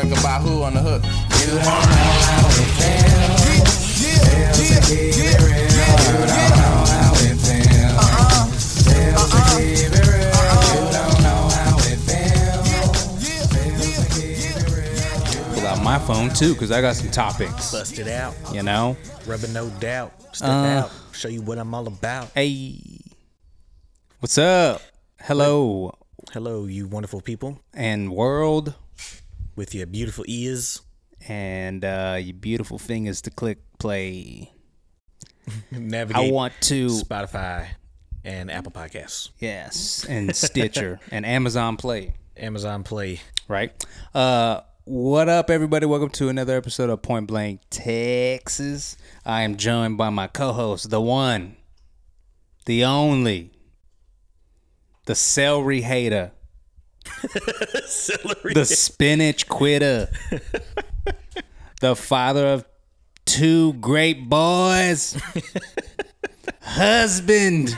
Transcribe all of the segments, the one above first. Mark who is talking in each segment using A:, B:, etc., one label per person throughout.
A: on the hook.
B: You don't know how it feels. Feels to keep it real. You don't know how it feels. Feels to keep it real. You don't know how it feels. Feels to keep it real.
C: Pull out my phone too, because I got some topics.
D: Bust it out.
C: You know?
D: Rubbing no doubt.
C: Uh.
D: Step out. Show you what I'm all about.
C: Hey. What's up? Hello
D: Hello, you wonderful people
C: and world
D: with your beautiful ears.
C: and uh your beautiful fingers to click play.
D: Navigate
C: I want to
D: Spotify and Apple Podcasts,
C: yes, and Stitcher and Amazon Play.
D: Amazon Play.
C: right? Uh, what up, everybody? Welcome to another episode of Point Blank Texas. I am joined by my co-host, the one, the only, the celery hater,
D: Celery.
C: the spinach quitter, the father of two great boys, husband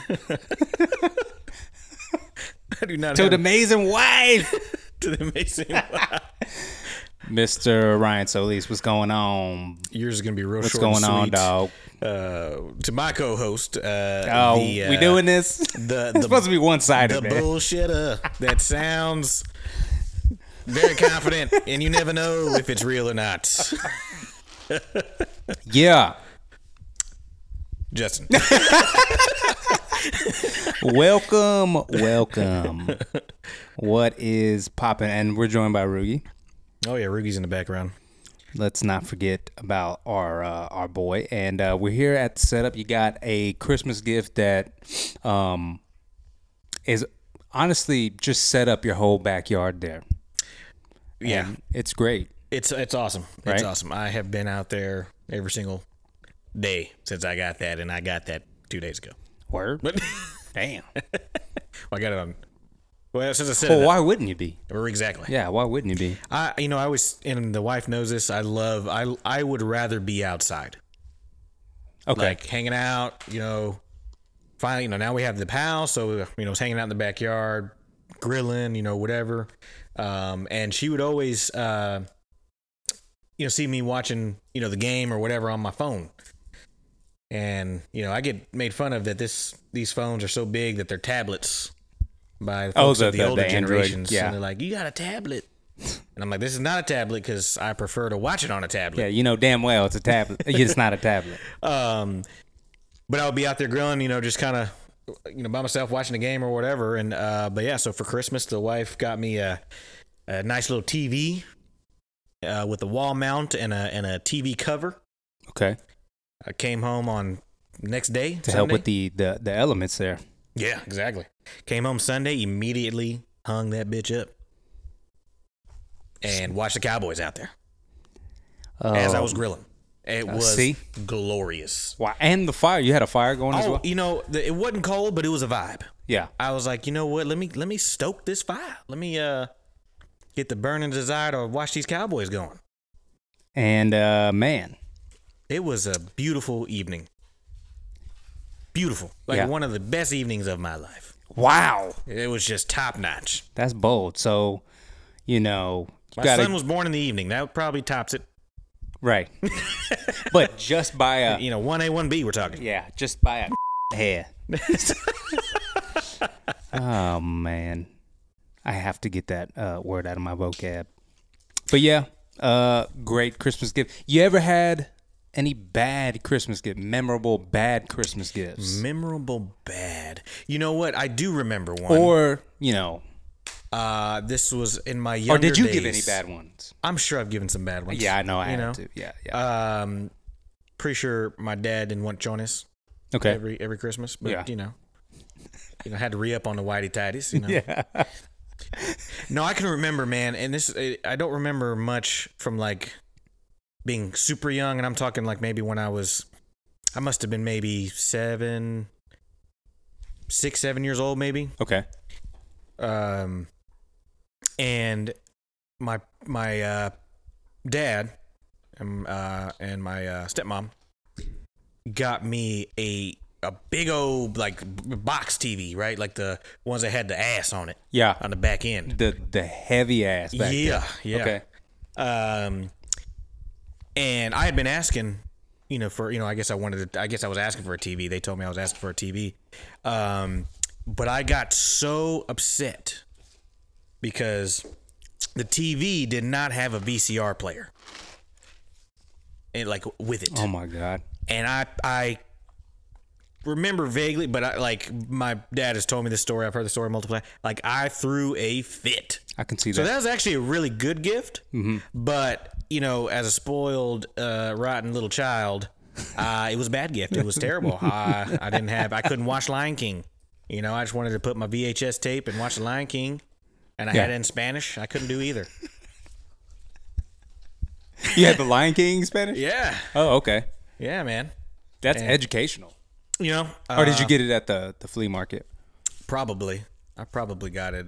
D: I do not
C: to
D: have
C: an amazing wife.
D: to the amazing.
C: Mr. Ryan Solis, what's going on?
D: Yours is gonna be real
C: What's
D: short.
C: going
D: and
C: on,
D: sweet.
C: dog?
D: Uh, to my co-host. Uh,
C: Oh,
D: the, uh,
C: we doing this?
D: the
C: It's supposed to be one
D: the
C: sided, man.
D: bullshitter that sounds very confident, and you never know if it's real or not.
C: yeah.
D: Justin,
C: Welcome, welcome. what is popping? And we're joined by Rugi.
D: oh yeah, Rugi's in the background.
C: Let's not forget about our uh, our boy. And uh, we're here at the setup. You got a Christmas gift that um, is honestly just set up your whole backyard there.
D: Yeah,
C: It's great.
D: it's it's awesome.
C: Right?
D: It's awesome. I have been out there every single day since I got that, and I got that two days ago.
C: Word.
D: But
C: Damn.
D: I got it on. Well, since I said
C: Well,
D: it,
C: why wouldn't you be?
D: or exactly.
C: Yeah, why wouldn't you be?
D: I you know I was and the wife knows this. I love I I would rather be outside.
C: Okay.
D: like hanging out, you know. Finally, you know, now we have the house, so you know, it's hanging out in the backyard, grilling, you know, whatever. Um, and she would always, uh, you know, see me watching, you know, the game or whatever on my phone. And you know, I get made fun of that. This these phones are so big that they're tablets by the,
C: Oh,
D: folks
C: the-
D: of the,
C: the-
D: older
C: the Android,
D: generations.
C: yeah.
D: And they're like, "You got a tablet?" And I'm like, "This is not a tablet because I prefer to watch it on a tablet."
C: yeah, you know damn well it's a tablet. it's not a tablet.
D: Um, but I would be out there grilling, you know, just kind of, you know, by myself watching the game or whatever. And uh, but yeah, so for Christmas, the wife got me a, a nice little TV uh, with a wall mount and a and a TV cover.
C: Okay.
D: I came home on next day
C: to help with the, the the elements there.
D: yeah, exactly. Came home Sunday, immediately hung that bitch up. And watched the Cowboys out there as
C: Um,
D: I was grilling. It was
C: Oh. see?
D: glorious.
C: Wow, and the fire. You had a fire going as
D: Oh,
C: well.
D: you know, the, it wasn't cold, but it was a vibe.
C: Yeah.
D: I was like, you know what? Let me let me stoke this fire. Let me uh get the burning desire to watch these Cowboys going.
C: And uh, man,
D: It was a beautiful evening. Beautiful, like
C: Yeah.
D: one of the best evenings of my life.
C: wow,
D: It was just top notch.
C: that's bold. So, you know, you
D: My
C: gotta-
D: son was born in the evening. That probably tops it.
C: right, but just by a
D: You know, one A, one B. We're talking.
C: yeah, just by a hair. oh man, I have to get that uh, word out of my vocab. But yeah, uh, great Christmas gift. You ever had any bad Christmas gift? Memorable bad Christmas gifts?
D: Memorable bad. You know what? I do remember one.
C: or you know,
D: uh, this was in my younger
C: Oh. or did you give any
D: days.
C: bad ones?
D: I'm sure I've given some bad ones.
C: Yeah, I know Uh, I
D: you
C: had
D: know?
C: to. Yeah, yeah.
D: Um, pretty sure my dad didn't want to join us
C: okay.
D: every every Christmas, but
C: Yeah.
D: you know, you know, had to re up on the whitey tidies. You know. yeah. no, I can remember, man, and this I- I don't remember much from like being super young, and I'm talking like maybe when I was, I must have been maybe seven, six, seven years old, maybe.
C: okay.
D: Um, and my my uh, dad and uh, and my uh, stepmom got me a a big old like b- box TV, right? Like the ones that had the ass on it
C: Yeah.
D: on the back end.
C: The the heavy ass back
D: yeah,
C: there.
D: yeah.
C: Okay.
D: Um, and I had been asking, you know, for you know, I guess I wanted to, I guess I was asking for a TV. They told me I was asking for a TV, um, but I got so upset because the TV did not have a VCR player, and like with it,
C: Oh my god.
D: and I I remember vaguely, but I like my dad has told me this story. I've heard the story multiple times. Like I threw a fit.
C: I can see
D: So
C: that.
D: that was actually a really good gift, but you know, as a spoiled, uh, rotten little child, uh, it was a bad gift. It was terrible. I, I didn't have. I couldn't watch Lion King. You know, I just wanted to put my VHS tape and watch the Lion King, and I had
C: Yeah.
D: it in Spanish. I couldn't do either.
C: You had the Lion King in Spanish?
D: Yeah,
C: Oh, okay.
D: yeah, man.
C: That's educational.
D: You know, uh,
C: Or did you get it at the, the flea market?
D: Probably. I probably got it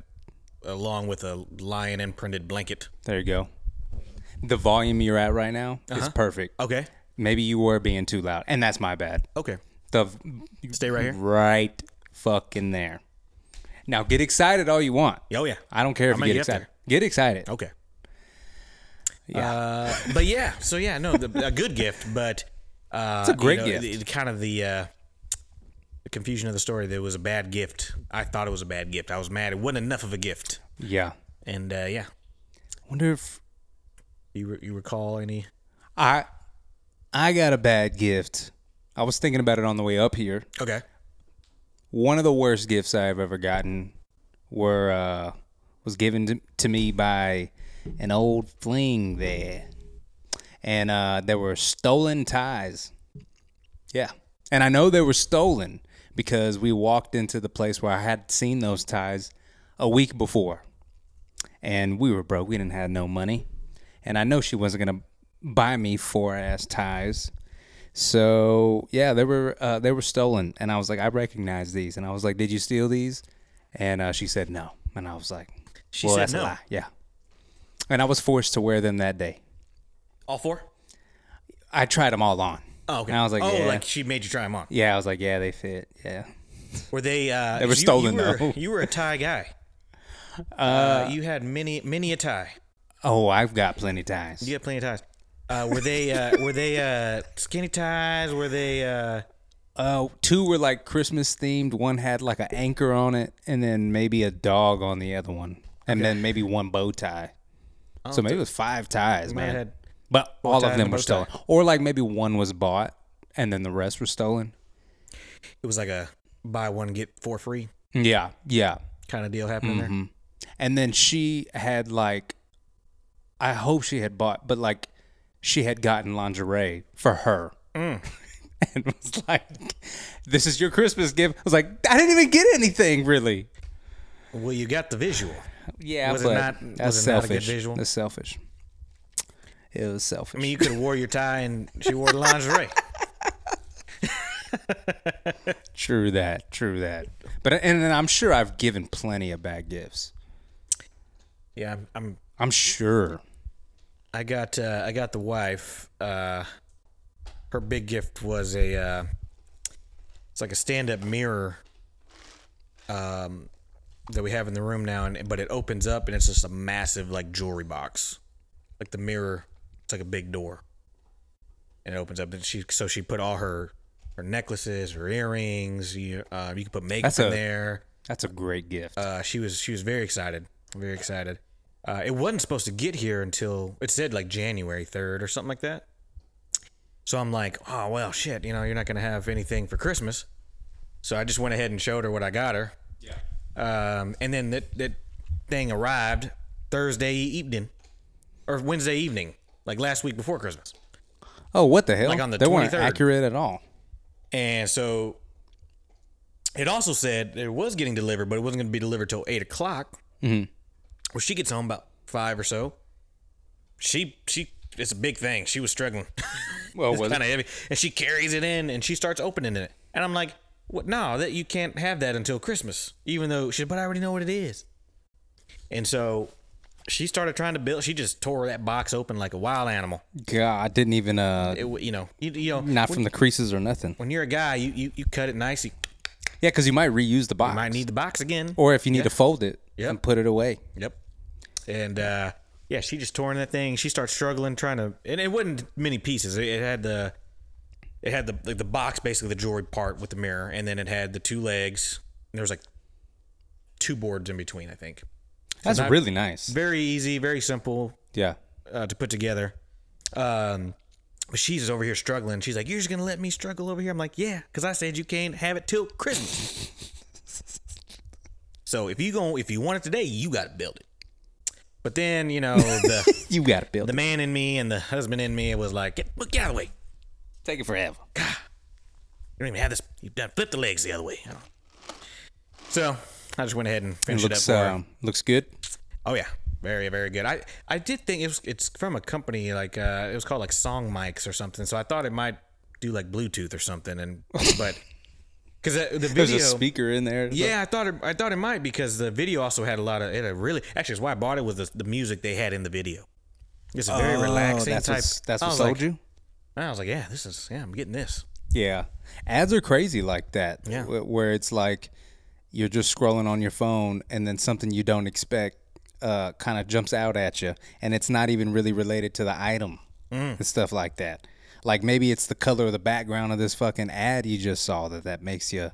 D: along with a lion imprinted blanket.
C: There you go. The volume you're at right now is perfect.
D: Okay.
C: Maybe you were being too loud, and that's my bad.
D: Okay.
C: The v-
D: Stay right here.
C: right fucking there. Now get excited all you want.
D: Oh yeah.
C: I don't care if
D: I'm
C: you
D: gonna
C: get Oh.
D: get there.
C: excited. Get excited.
D: Okay.
C: Yeah.
D: Uh, but yeah, so yeah, no, the, a good gift, but uh, it's
C: a great gift.
D: The, the- kind of the uh, the confusion of the story. There was a bad gift. I thought it was a bad gift. I was mad. It wasn't enough of a gift.
C: yeah.
D: And uh, yeah,
C: Wonder if
D: you re- you recall any?
C: I I got a bad gift. I was thinking about it on the way up here.
D: Okay.
C: One of the worst gifts I've ever gotten were uh, was given to, to me by an old fling there, and uh, there were stolen ties. Yeah, and I know they were stolen because we walked into the place where I had seen those ties a week before, and we were broke. We didn't have no money, and I know she wasn't gonna buy me four ass ties. So yeah, they were uh, they were stolen, and I was like, I recognize these, and I was like, Did you steal these? And uh, she said no, and I was like,
D: She
C: well,
D: said
C: that's a
D: no.
C: lie. Yeah, and I was forced to wear them that day.
D: All four.
C: I tried them all on.
D: Oh, okay.
C: And I was like,
D: oh,
C: yeah,
D: like she made you try them on.
C: yeah. I was like, yeah, they fit. Yeah,
D: Were they? Uh,
C: They were
D: you- you
C: stolen,
D: were-
C: though.
D: You were a tie guy. Uh, you had many, many a tie.
C: Oh, I've got plenty ties.
D: You had plenty of ties. Uh, were they? Uh, were they uh, skinny ties? Were they? Uh,
C: Uh, two were like Christmas themed. One had like an anchor on it, and then maybe a dog on the other one, and then maybe one bow tie. So maybe it was five ties,
D: might
C: man.
D: have had
C: but all
D: tie
C: of
D: and a
C: them were
D: bow tie.
C: stolen, or like maybe one was bought and then the rest were stolen.
D: it was like a buy one get four free
C: Yeah, yeah.
D: kind of deal happening there.
C: And then she had like, I hope she had bought, but like, she had gotten lingerie for her.
D: Mm.
C: And was like, "This is your Christmas gift." I was like, "I didn't even get anything, really."
D: Well, you got the visual.
C: Yeah,
D: Was it
C: but
D: not- was
C: that's
D: it not a good
C: selfish.
D: visual?
C: That's selfish. It was selfish.
D: I mean, you could have wore your tie and she wore the lingerie.
C: true that. True that. But and, then I'm sure I've given plenty of bad gifts.
D: Yeah, I'm. I'm
C: I'm sure.
D: I got. Uh, I got the wife. Uh, her big gift was a. Uh, it's like a stand-up mirror. Um, that we have in the room now, and but it opens up and it's just a massive like jewelry box, like the mirror. It's like a big door, and it opens up. And she so she put all her her necklaces, her earrings. You uh, you can put makeup
C: That's
D: in
C: a-
D: there.
C: That's a great gift.
D: uh, she was she was very excited, very excited. Uh, it wasn't supposed to get here until it said like January third or something like that. So I'm like, oh well, shit, you know, you're not gonna have anything for Christmas. So I just went ahead and showed her what I got her. Yeah. Um, and then that that thing arrived Thursday evening or Wednesday evening, like last week before Christmas.
C: oh, what the hell?
D: like on the
C: they weren't
D: 23rd.
C: accurate at all.
D: And so it also said it was getting delivered, but it wasn't going to be delivered till eight o'clock. Mm-hmm. Well, she gets home about five or so. She she it's a big thing. She was struggling.
C: Well,
D: it's
C: was
D: kind of heavy, and she carries it in and she starts opening it. And I'm like, what? No, that you can't have that until Christmas. Even though she, but I already know what it is. And so she started trying to build. She just tore that box open like a wild animal.
C: God, I didn't even uh,
D: It, w- you know, you, you know,
C: not from the creases or nothing.
D: when you're a guy, you you, you cut it nice. You
C: Yeah, because you might reuse the box,
D: might need the box again.
C: or if you need to fold it
D: Yep.
C: and put it away.
D: Yep. And uh, yeah, she just tore in that thing. She starts struggling, trying to, and it wasn't many pieces. It, it had the, it had the like the box basically the jewelry part with the mirror, and then it had the two legs. And there was like two boards in between, I think.
C: That's
D: not-
C: really nice.
D: Very easy, very simple
C: Yeah.
D: uh, to put together. Um, but she's over here struggling. She's like, "You're just gonna let me struggle over here?" I'm like, "Yeah, because I said you can't have it till Christmas." so if you go, if you want it today, you got to build it. But then you know the
C: You gotta build
D: the
C: it.
D: man in me and the husband in me was like, "Get, look, get out of the way.
C: Take it forever.
D: You don't even have this. You done flip the legs the other way." I don't- So I just went ahead and
C: It
D: finished it,
C: looks
D: up for her.
C: um, looks good.
D: Oh yeah, very very good. I I did think it was it's from a company like uh, it was called like Song Mics or something. So I thought it might do like Bluetooth or something. And but because the
C: There's
D: video,
C: a speaker in there.
D: yeah, I thought it, I thought it might because the video also had a lot of it. Had really actually, it's why I bought it was the, the music they had in the video. It's a very
C: Oh,
D: relaxing
C: that's
D: type.
C: What's, that's
D: I
C: what
D: was
C: sold
D: like,
C: you.
D: I was like, yeah, this is yeah, I'm getting this.
C: Yeah, ads are crazy like that.
D: Yeah.
C: wh- where it's like you're just scrolling on your phone, and then something you don't expect uh, kind of jumps out at you, and it's not even really related to the item
D: Mm.
C: and stuff like that. Like maybe it's the color of the background of this fucking ad you just saw that that makes you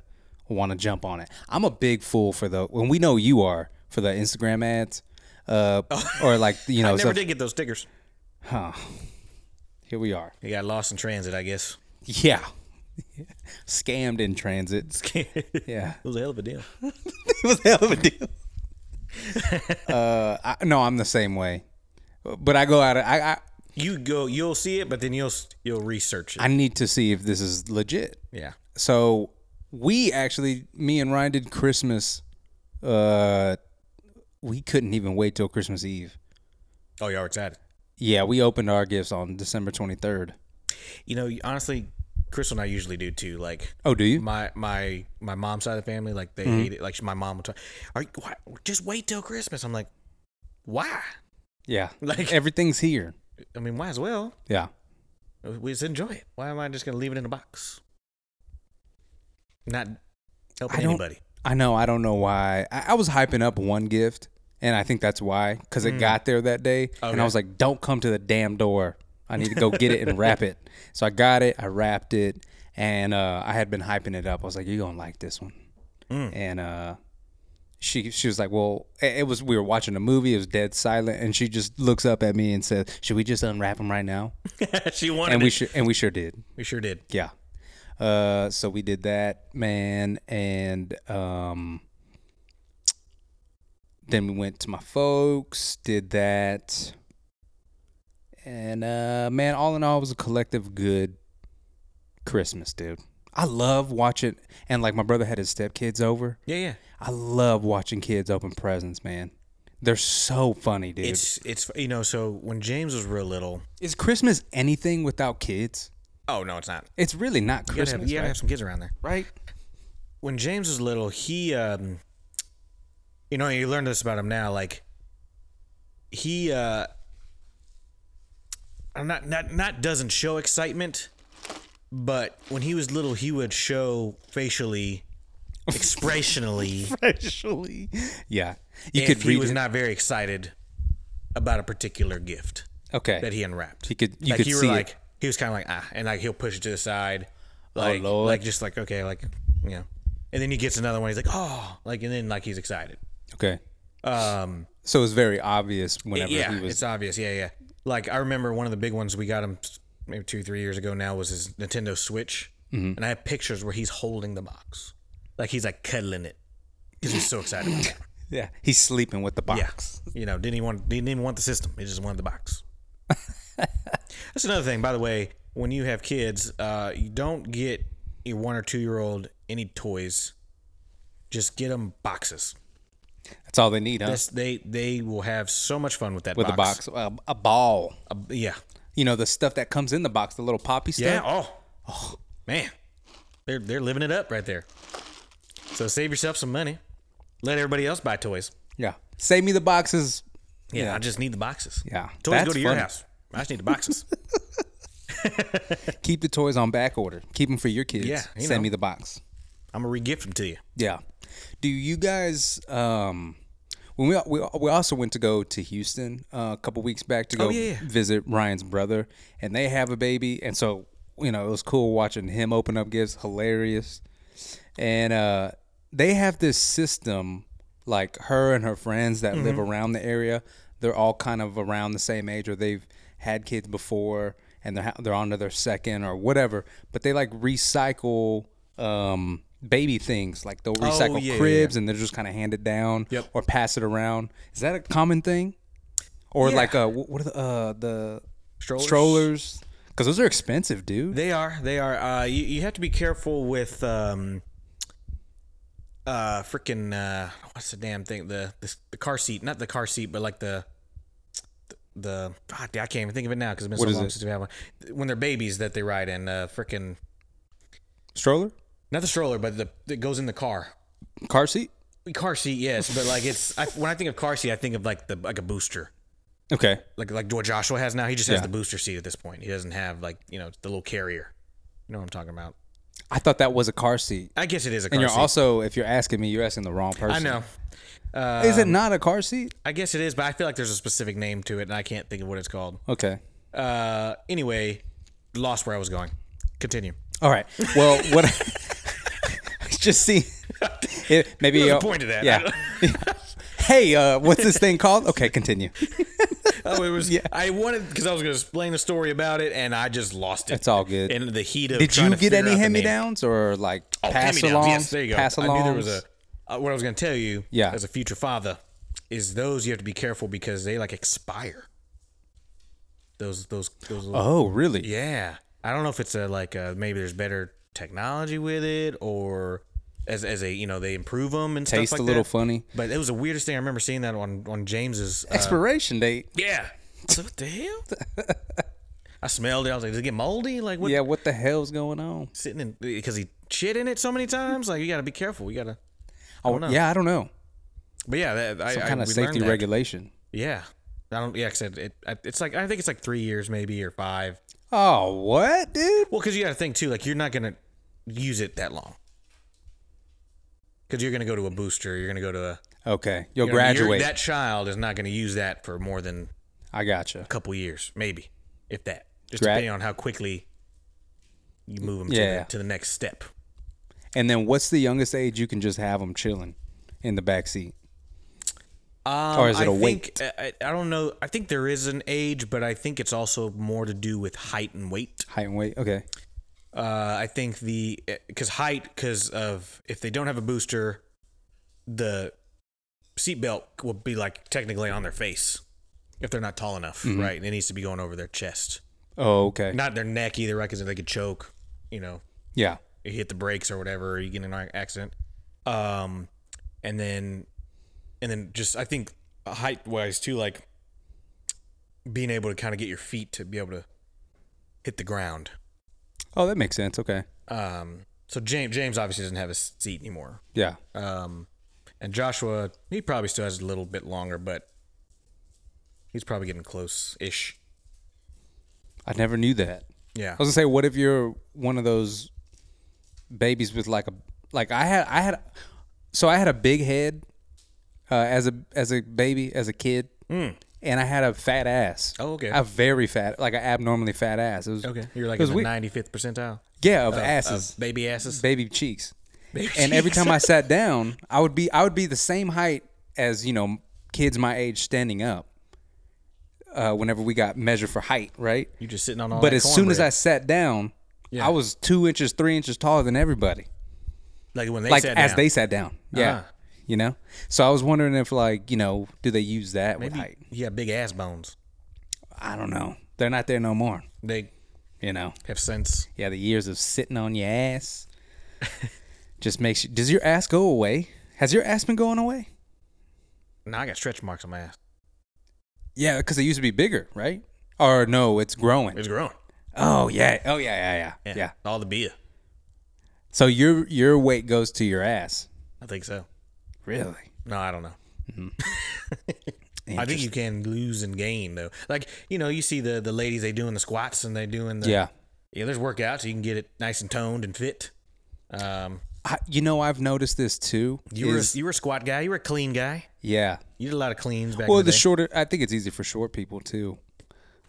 C: want to jump on it. I'm a big fool for the when we know you are for the Instagram ads, uh, or like you know,
D: I never
C: stuff-
D: did get those stickers.
C: here we are.
D: They got lost in transit, I guess.
C: Yeah, scammed in transit.
D: it
C: Yeah.
D: was a hell of a deal.
C: it was a hell of a deal. uh, I, no, I'm the same way, but I go out. I, I
D: You go, you'll see it, but then you'll you'll research it.
C: I need to see if this is legit.
D: yeah.
C: So we actually, me and Ryan did Christmas. Uh, we couldn't even wait till Christmas Eve.
D: Oh, y'all were excited.
C: Yeah, we opened our gifts on December 23rd.
D: You know, honestly, Crystal and I usually do too. Like
C: Oh, do you? Mm-hmm.
D: my my my mom's side of the family, like they hate it. Like my mom would talk, "Are you, why, just wait till Christmas?" I'm like, "Why?
C: Yeah,
D: Like-
C: everything's here.
D: I mean, why as well?
C: Yeah,
D: We just enjoy it. Why am I just gonna leave it in a box? Not helping
C: I don't-
D: anybody.
C: I know. I don't know why. I, I was hyping up one gift, and I think that's why, because it got there that day, and
D: Mm. Okay.
C: I was like, "Don't come to the damn door. I need to go get it and wrap it." So I got it. I wrapped it, and uh, I had been hyping it up. I was like, "You're gonna like this one,"
D: Mm.
C: and uh, she she was like, "Well, it it was we were watching a movie. It was dead silent," and she just looks up at me and says, "Should we just unwrap them right now?"
D: she wanted.
C: And we
D: it.
C: sure and we sure did.
D: we sure did.
C: Yeah. Uh, so we did that, man, and um, then we went to my folks, did that, and uh, man, all in all, it was a collective good Christmas, dude. I love watching, and like my brother had his stepkids over.
D: Yeah, yeah.
C: I love watching kids open presents, man. They're so funny, dude.
D: It's it's you know. So when James was real little,
C: Is Christmas anything without kids?
D: oh no, it's not.
C: It's really not
D: You gotta, have,
C: Christmas,
D: you gotta have some kids around there.
C: right?
D: when James was little, he, um, you know, you learn this about him now. Like, he, uh, I'm not not not doesn't show excitement, but when he was little, he would show facially, expressionally,
C: Actually, yeah, you
D: if
C: could
D: he
C: read
D: was
C: it.
D: not very excited about a particular gift
C: Okay.
D: that he unwrapped.
C: He could- you
D: like
C: could
D: you were
C: see it.
D: like he was kind of like ah, and like he'll push it to the side, like
C: Oh, Lord.
D: like just like okay, like you know, and then he gets another one. He's like oh, like and then like he's excited.
C: okay.
D: Um,
C: So it was very obvious whenever
D: yeah,
C: he was.
D: it's obvious. Yeah, yeah. Like I remember one of the big ones we got him s- maybe two, three years ago now was his Nintendo Switch,
C: Mm-hmm.
D: and I have pictures where he's holding the box, like he's like cuddling it because he's so excited about that.
C: Yeah, he's sleeping with the
D: Yeah,
C: box.
D: you know, didn't even want didn't even want the system. He just wanted the box. That's another thing, by the way. When you have kids, uh, you don't get a one or two year old any toys. Just get them boxes.
C: That's all they need, huh?
D: That's, they they will have so much fun with that.
C: with
D: box.
C: the box, a, a ball.
D: box, yeah,
C: You know the stuff that comes in the box, the little poppy stuff.
D: yeah. Oh, man, they're they're living it up right there. So save yourself some money. Let everybody else buy toys.
C: Yeah. Save me the boxes.
D: Yeah, I just need the boxes.
C: Yeah,
D: toys
C: that's
D: go to your
C: funny.
D: house. I just need the boxes.
C: Keep the toys on back order. Keep them for your kids.
D: Yeah, you
C: Send
D: know.
C: me the box.
D: I'm gonna regift them to you.
C: Yeah. Do you guys um When we we, we also went to go to Houston uh, a couple weeks back to go
D: Oh, yeah, yeah.
C: visit Ryan's brother, and they have a baby, and so you know it was cool watching him open up gifts, hilarious, and uh, they have this system like her and her friends that live
D: Mm-hmm.
C: around the area. They're all kind of around the same age, or they've had kids before, and they're ha- they're on to their second or whatever. But they like recycle um, baby things, like they'll recycle
D: Oh, yeah, yeah,
C: cribs, and they're just kind of handed down
D: Yep.
C: or pass it around. Is that a common thing? Or
D: Yeah.
C: like uh, wh- what are the uh, the
D: Strollers?
C: strollers? Because those are expensive, dude.
D: They are. They are. Uh, you, you have to be careful with um, uh, freaking uh, what's the damn thing? The, the the car seat, not the car seat, but like the the God, I can't even think of it now because it's been
C: What
D: so
C: is
D: long
C: it?
D: since we had one. When they're babies that they ride in, uh, freaking
C: Stroller,
D: not the stroller, but the that goes in the car.
C: car seat.
D: Car seat, yes, but like it's I, when I think of car seat, I think of like the like a booster.
C: Okay,
D: like like what Joshua has now. He just has
C: Yeah.
D: the booster seat at this point. He doesn't have like you know the little carrier. You know what I'm talking about?
C: I thought that was a car seat.
D: I guess it is a car
C: And you're
D: seat.
C: also, if you're asking me, you're asking the wrong person.
D: I know.
C: Is it not a car seat?
D: I guess it is, but I feel like there's a specific name to it, and I can't think of what it's called.
C: Okay.
D: Uh, anyway, lost where I was going. Continue.
C: All right. Well, what? just see. It, maybe
D: There's a
C: uh,
D: point to that.
C: Yeah. hey, uh, what's this thing called? Okay, continue.
D: Oh, it was. I wanted because I was going to explain the story about it, and I just lost it.
C: It's all good.
D: In the heat of
C: Did
D: trying
C: you
D: to
C: get
D: figure out
C: any
D: the name.
C: hand me downs or like
D: Oh,
C: pass
D: hand-me-downs,
C: along?
D: Yes, there you go.
C: Pass
D: I
C: along.
D: knew there was a. Uh, what I was going to tell you,
C: Yeah.
D: as a future father, is those you have to be careful because they like expire. Those those those. Little,
C: Oh, really?
D: Yeah, I don't know if it's a like uh maybe there's better technology with it or as as a you know they improve them and
C: Taste
D: stuff like
C: a little
D: that.
C: funny.
D: But it was the weirdest thing I remember seeing that on on James's. Uh,
C: Expiration date.
D: yeah. So what the hell? I smelled it. I was like, does it get moldy? Like what?
C: Yeah, what the hell's going on?
D: Sitting in because he shit in it so many times. Like you got to be careful. You got to.
C: Oh, yeah, I don't know.
D: But yeah, that, I, I,
C: Kind of
D: we
C: safety
D: learned that.
C: regulation.
D: Yeah, I don't. Yeah, 'cause it, it, I- it's like I think it's like three years maybe or five.
C: Oh, what, dude?
D: Well, because you got to think too. Like you're not gonna use it that long. Because you're gonna go to a booster. You're gonna go to a
C: Okay, you'll
D: you know, you're-
C: graduate.
D: That child is not gonna use that for more than
C: I gotcha.
D: a couple years, maybe, if that. Just
C: Grad-
D: depending on how quickly you move them
C: Yeah.
D: to, the, to the next step.
C: And then what's the youngest age you can just have them chilling in the back seat?
D: Um,
C: Or is it
D: I
C: a
D: think-
C: weight?
D: I, I don't know. I think there is an age, but I think it's also more to do with height and weight.
C: Height and weight. Okay.
D: Uh, I think the because height because of if they don't have a booster, the seatbelt will be like technically on their face if they're not tall enough, right? And it needs to be going over their chest,
C: Oh, okay.
D: not their neck either, right? Because they could choke, you know,
C: yeah.
D: you hit the brakes or whatever, or you get in an accident. Um, and then, and then just I think height wise too, like being able to kind of get your feet to be able to hit the ground.
C: Oh, that makes sense. Okay.
D: Um, so James James obviously doesn't have a seat anymore.
C: Yeah.
D: Um, and Joshua he probably still has a little bit longer, but he's probably getting close ish.
C: I never knew that.
D: Yeah.
C: I was gonna say, what if you're one of those babies with like a like I had I had so I had a big head uh, as a as a baby as a kid, and I had a fat ass.
D: Hmm. Oh, okay.
C: A very fat, like an abnormally fat ass. It was
D: Okay, you're like
C: it was
D: in the
C: weird.
D: 95th percentile.
C: yeah of,
D: of-
C: asses,
D: of baby asses.
C: baby cheeks.
D: oh. Baby
C: and every
D: cheeks.
C: time I sat down, I would be I would be the same height as you know kids my age standing up. Uh, whenever we got measured for height, right?
D: You're just sitting on all.
C: but
D: that
C: as soon as I
D: cornbread.
C: sat down, I was two inches, three inches taller than everybody.
D: like when they
C: Like
D: sat
C: as
D: down.
C: they sat down, yeah.
D: Uh-huh.
C: You know, so I was wondering if like you know, do they use that with height?
D: yeah, big ass bones.
C: I don't know. They're not there no more.
D: They
C: You know,
D: have sense.
C: yeah. The years of sitting on your ass just makes you. Does your ass go away? Has your ass been going away?
D: Now I got stretch marks on my ass.
C: Yeah, because it used to be bigger, right? Or no, it's growing.
D: It's growing.
C: Oh yeah. Oh yeah. Yeah. Yeah.
D: Yeah,
C: Yeah.
D: all the beer.
C: So your your weight goes to your ass.
D: I think so.
C: Really?
D: No, I don't know.
C: Hmm.
D: I think you can lose and gain though. Like you know, you see the the ladies they doing the squats and they doing the
C: Yeah.
D: yeah. There's workouts you can get it nice and toned and fit. Um,
C: I, you know, I've noticed this too.
D: You were a,
C: is-
D: you were a squat guy. You were a clean guy.
C: yeah.
D: You did a lot of cleans back.
C: Well,
D: in the,
C: the
D: day.
C: shorter, I think it's easier for short people too.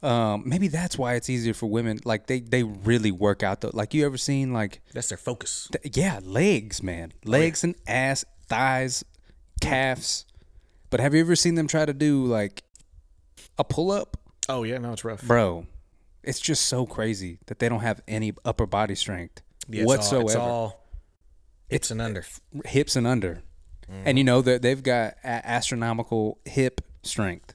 C: Um, maybe that's why it's easier for women. Like they, they really work out though. Like you ever seen like,
D: That's their focus.
C: th- yeah, legs, man,
D: Oh,
C: legs and ass, thighs, calves. But have you ever seen them try to do like a pull up,
D: Oh yeah, no, it's rough.
C: bro? It's just so crazy that they don't have any upper body strength
D: Yeah, it's all-
C: whatsoever.
D: It's all it's an under.
C: hips and under, and you know that they've got a- astronomical hip strength.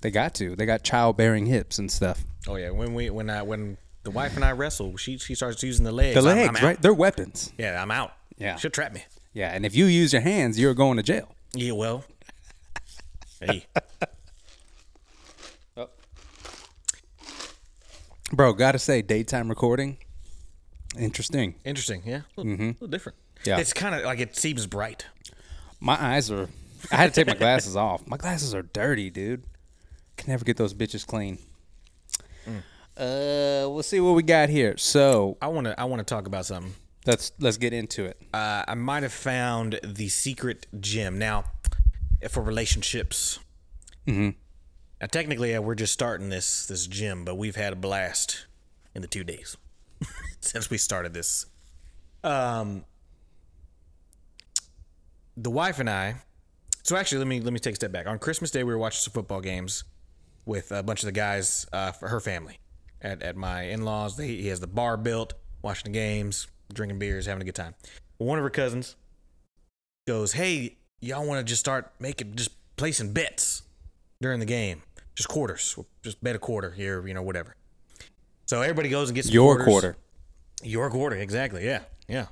C: They got to. They got childbearing hips and stuff.
D: Oh yeah, when we when I when the wife and I wrestle, she she starts using the legs.
C: The
D: I'm- I'm
C: legs,
D: out.
C: right? They're weapons.
D: Yeah, I'm out.
C: Yeah.
D: she'll trap me.
C: Yeah, and if you use your hands, you're going to jail.
D: Yeah, well, hey,
C: Bro, gotta say, daytime recording, interesting.
D: interesting. Yeah, a little, little different.
C: Yeah.
D: it's kind of like it seems bright.
C: My eyes are. I had to take my glasses off. My glasses are dirty, dude. Can never get those bitches clean. Uh, we'll see what we got here. So
D: I want to I want to talk about something.
C: let's let's get into it.
D: Uh, I might have found the secret gem now for relationships. Mm-hmm. Now, technically, uh, we're just starting this this gym, but we've had a blast in the two days since we started this. Um, the wife and I. So actually, let me let me take a step back. On Christmas Day, we were watching some football games with a bunch of the guys uh, for her family at, at my in laws. He has the bar built, watching the games, drinking beers, having a good time. One of her cousins goes, Hey, y'all want to just start making, just placing bets during the game, just quarters, We'll just bet a quarter here, you know, whatever. So everybody goes and gets some
C: Your
D: quarters.
C: quarter.
D: Your quarter, exactly. Yeah. Yeah.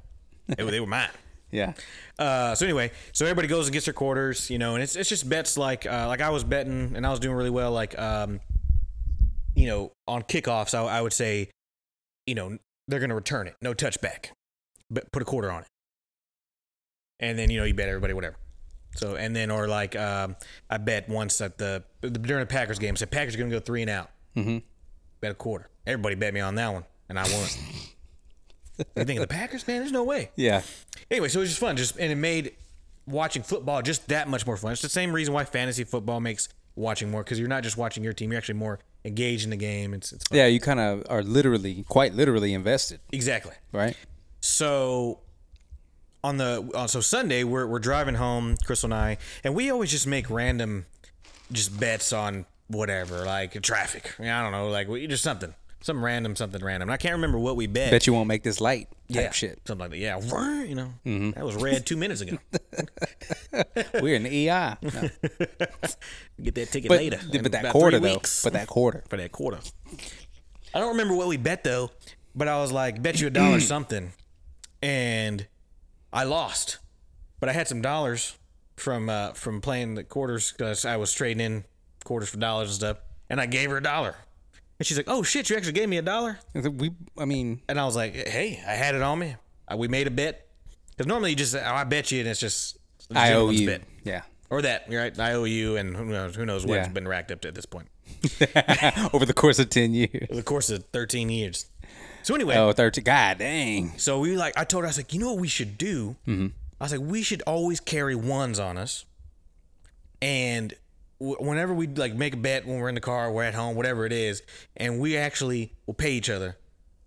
D: they, were- they were mine.
C: Yeah.
D: Uh, so anyway, so everybody goes and gets their quarters, you know, and it's, it's just bets like uh, like I was betting and I was doing really well. Like, um, you know, on kickoffs, I, I would say, you know, they're going to return it, no touchback, but put a quarter on it, and then you know you bet everybody whatever. So and then or like um, I bet once at the during the Packers game, I said Packers are going to go three and out,
C: Mhm.
D: bet a quarter. Everybody bet me on that one, and I won. you think of the Packers, man? There's no way
C: Yeah.
D: anyway, so it was just fun. Just and it made watching football just that much more fun. It's the same reason why fantasy football makes watching more because you're not just watching your team; you're actually more engaged in the game. It's, it's fun.
C: Yeah, you kind of are literally, quite literally invested,
D: exactly
C: right?
D: so. On the on, so Sunday we're we're driving home, Crystal and I, and we always just make random, just bets on whatever, like traffic. I, mean, I don't know, like we, just something, some random, something random. And I can't remember what we bet.
C: Bet you won't make this light type shit. Mm-hmm.
D: something like that. Yeah, Whir, you know, that was red two minutes ago.
C: We're in the EI. No,
D: Get that ticket
C: but,
D: later. in
C: but that
D: about
C: quarter,
D: three
C: though.
D: weeks.
C: But that quarter.
D: for that quarter. I don't remember what we bet though, but I was like, bet you a dollar something, and I lost. But I had some dollars from uh, from playing the quarters because I was trading in quarters for dollars and stuff, and I gave her a dollar, and she's like, "Oh shit, you actually gave me a dollar?"
C: I said, We, I mean,
D: And I was like, "Hey, I had it on me. Uh, We made a bet because normally you just oh, I bet you, and it's just it's
C: I owe
D: gentleman's
C: you.
D: bet.
C: Yeah.
D: or that right? I owe you, and who knows who knows what's
C: Yeah.
D: been racked up to at this point."
C: Over the course of 10 years.
D: the course of 13 years. So anyway,
C: Oh, 13. God dang.
D: so we like I told her I was like, you know what we should do? Mm-hmm. I was like, we should always carry ones on us, and w- whenever we like make a bet when we're in the car, we're at home, whatever it is, and we actually will pay each other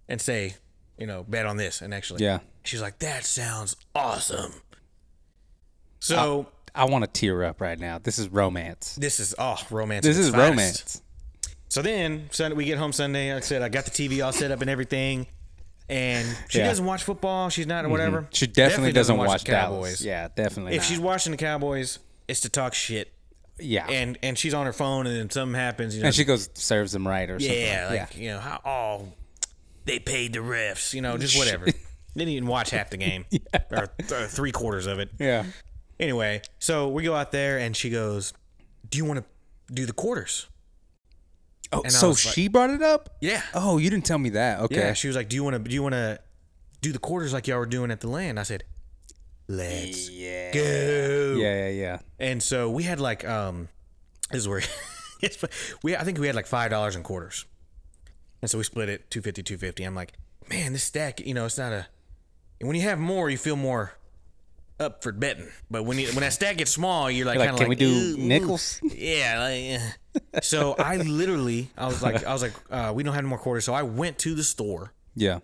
D: and say, you know, bet on this, and actually,
C: Yeah.
D: She's like, that sounds awesome. So
C: I want to tear up right now. This is romance.
D: this is oh romance.
C: This
D: at its
C: is
D: finest.
C: romance.
D: So then Sunday, we get home Sunday. Like I said, I got the TV all set up and everything. And she
C: Yeah. Mm-hmm.
D: doesn't watch football. She's not whatever.
C: She definitely, doesn't, watch,
D: the
C: Dallas. Yeah, definitely.
D: If
C: not.
D: she's watching the Cowboys, it's to talk shit.
C: yeah. And,
D: And and she's on her phone, and then something happens. You know,
C: she goes, serves them right or something.
D: yeah,
C: that.
D: like you know how oh they paid the refs. You know, just whatever. Didn't even watch half the game or th- or three quarters of it.
C: yeah. Yeah.
D: Anyway, so we go out there, and she goes, "Do you want to do the quarters?"
C: Oh,
D: And I
C: so
D: was like-
C: she brought it up?
D: Yeah.
C: Oh, you didn't tell me that. Okay.
D: Yeah, she was like, "Do you want to? Do you want to do the quarters like y'all were doing at the land?" I said, "Let's
C: yeah.
D: go."
C: Yeah, yeah, yeah.
D: And so we had like um, this is where it's fu- we I think we had like five dollars in quarters, and so we split it 250, 250. I'm like, man, this stack, you know, it's not a And when you have more, you feel more up for betting. But when you, when that stack gets small, you're like,
C: Like,
D: kind of
C: can we
D: like,
C: do
D: "Ooh, ooh."
C: nickels?
D: Yeah. Like, eh. so I literally, I was like, I was like, uh, we don't have any more quarters. So I went to the store
C: Yeah.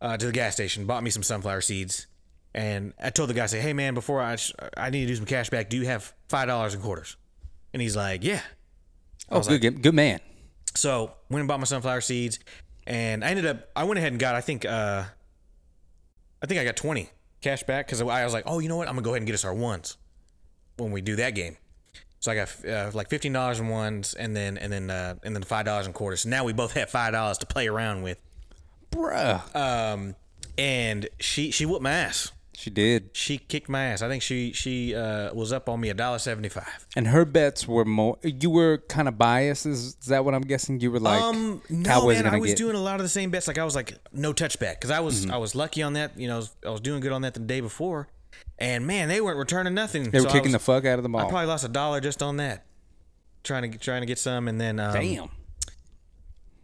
D: uh, to the gas station, bought me some sunflower seeds, and I told the guy, say, hey man, before I sh- I need to do some cash back. Do you have five dollars in quarters? And he's like, yeah.
C: Oh, good, game- good man.
D: So went and bought my sunflower seeds, and I ended up I went ahead and got I think uh, I think I got twenty cash back because I was like, oh, you know what, I'm gonna go ahead and get us our ones when we do that game. So I got uh, like fifteen dollars in ones, and then and then uh, and then five dollars in quarters. So now we both have five dollars to play around with.
C: Bruh.
D: Um, and she she whooped my ass.
C: she did.
D: She kicked my ass. I think she she uh, was up on me a dollar seventy five.
C: And her bets were more. You were kind of biased. Is, is that what I'm guessing? You were like,
D: Um, no,
C: Cowboys
D: man,
C: gonna
D: I was
C: get- Mm-hmm.
D: doing a lot of the same bets. Like I was like no touchback because I was I was lucky on that. You know, I was, I was doing good on that the day before, and man, they weren't returning nothing.
C: They were
D: So I
C: kicking the
D: was-
C: fuck out of the
D: I
C: ball.
D: probably lost a dollar just on that, trying to trying to get some, and then um,
C: Damn.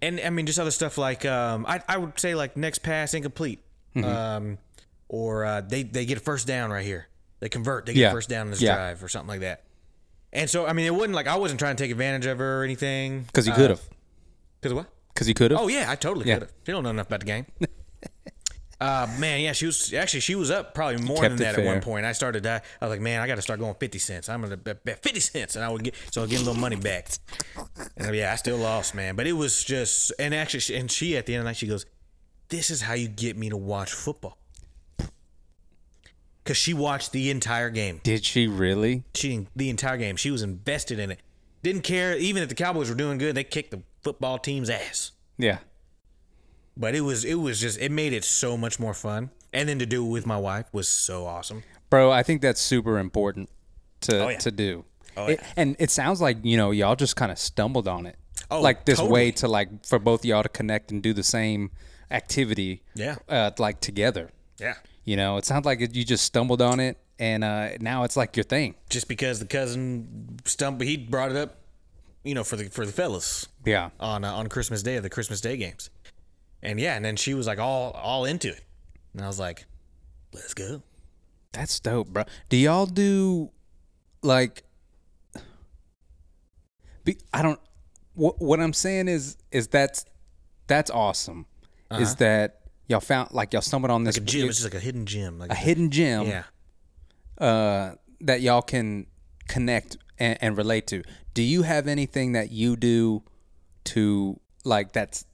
D: and I mean just other stuff like um, I I would say like next pass incomplete,
C: Mm-hmm.
D: um, or uh, they they get a first down right here. They convert. They get
C: Yeah.
D: a first down in this
C: Yeah.
D: drive or something like that. And so I mean, it wasn't like I wasn't trying to take advantage of her or anything.
C: Because you could have.
D: Because what?
C: Because you could have.
D: Uh, Oh yeah, I totally
C: Yeah.
D: could have. She don't know enough about the game. uh man, yeah, she was actually she was up probably more
C: Kept
D: than
C: it
D: that at one
C: fair.
D: point. I started to, I was like, man, I got to start going fifty cents. I'm gonna bet, bet fifty cents, and I would get so I'll get a little money back. And uh, yeah, I still lost, man. But it was just and actually, she, and she at the end of the night she goes, "This is how you get me to watch football." Cause she watched the entire game.
C: Did she really?
D: She the entire game. She was invested in it. Didn't care even if the Cowboys were doing good. They kicked the football team's ass
C: Yeah.
D: but it was it was just it made it so much more fun and then to do it with my wife was so awesome
C: Bro, I think that's super important to
D: Oh, yeah.
C: to do. It- and it sounds like, you know, y'all just kind of stumbled on it.
D: Oh,
C: like this way
D: totally.
C: to like for both y'all to connect and do the same activity.
D: Yeah.
C: Uh, like together.
D: yeah
C: You know, it sounds like it, you just stumbled on it and uh, now it's like your thing.
D: just because the cousin stump he brought it up you know for the for the fellas
C: Yeah.
D: on uh, on christmas day of the christmas day games and yeah and then she was like all all into it and i was like let's go
C: That's dope, bro. Do y'all do like be, I don't what what I'm saying is is that's that's awesome. Is that y'all found like y'all stumbled on this
D: a gym it's just Uh-huh. like a hidden gym like
C: a hidden gem
D: yeah
C: uh, that y'all can connect and, and relate to. Do you have anything that you do to like that's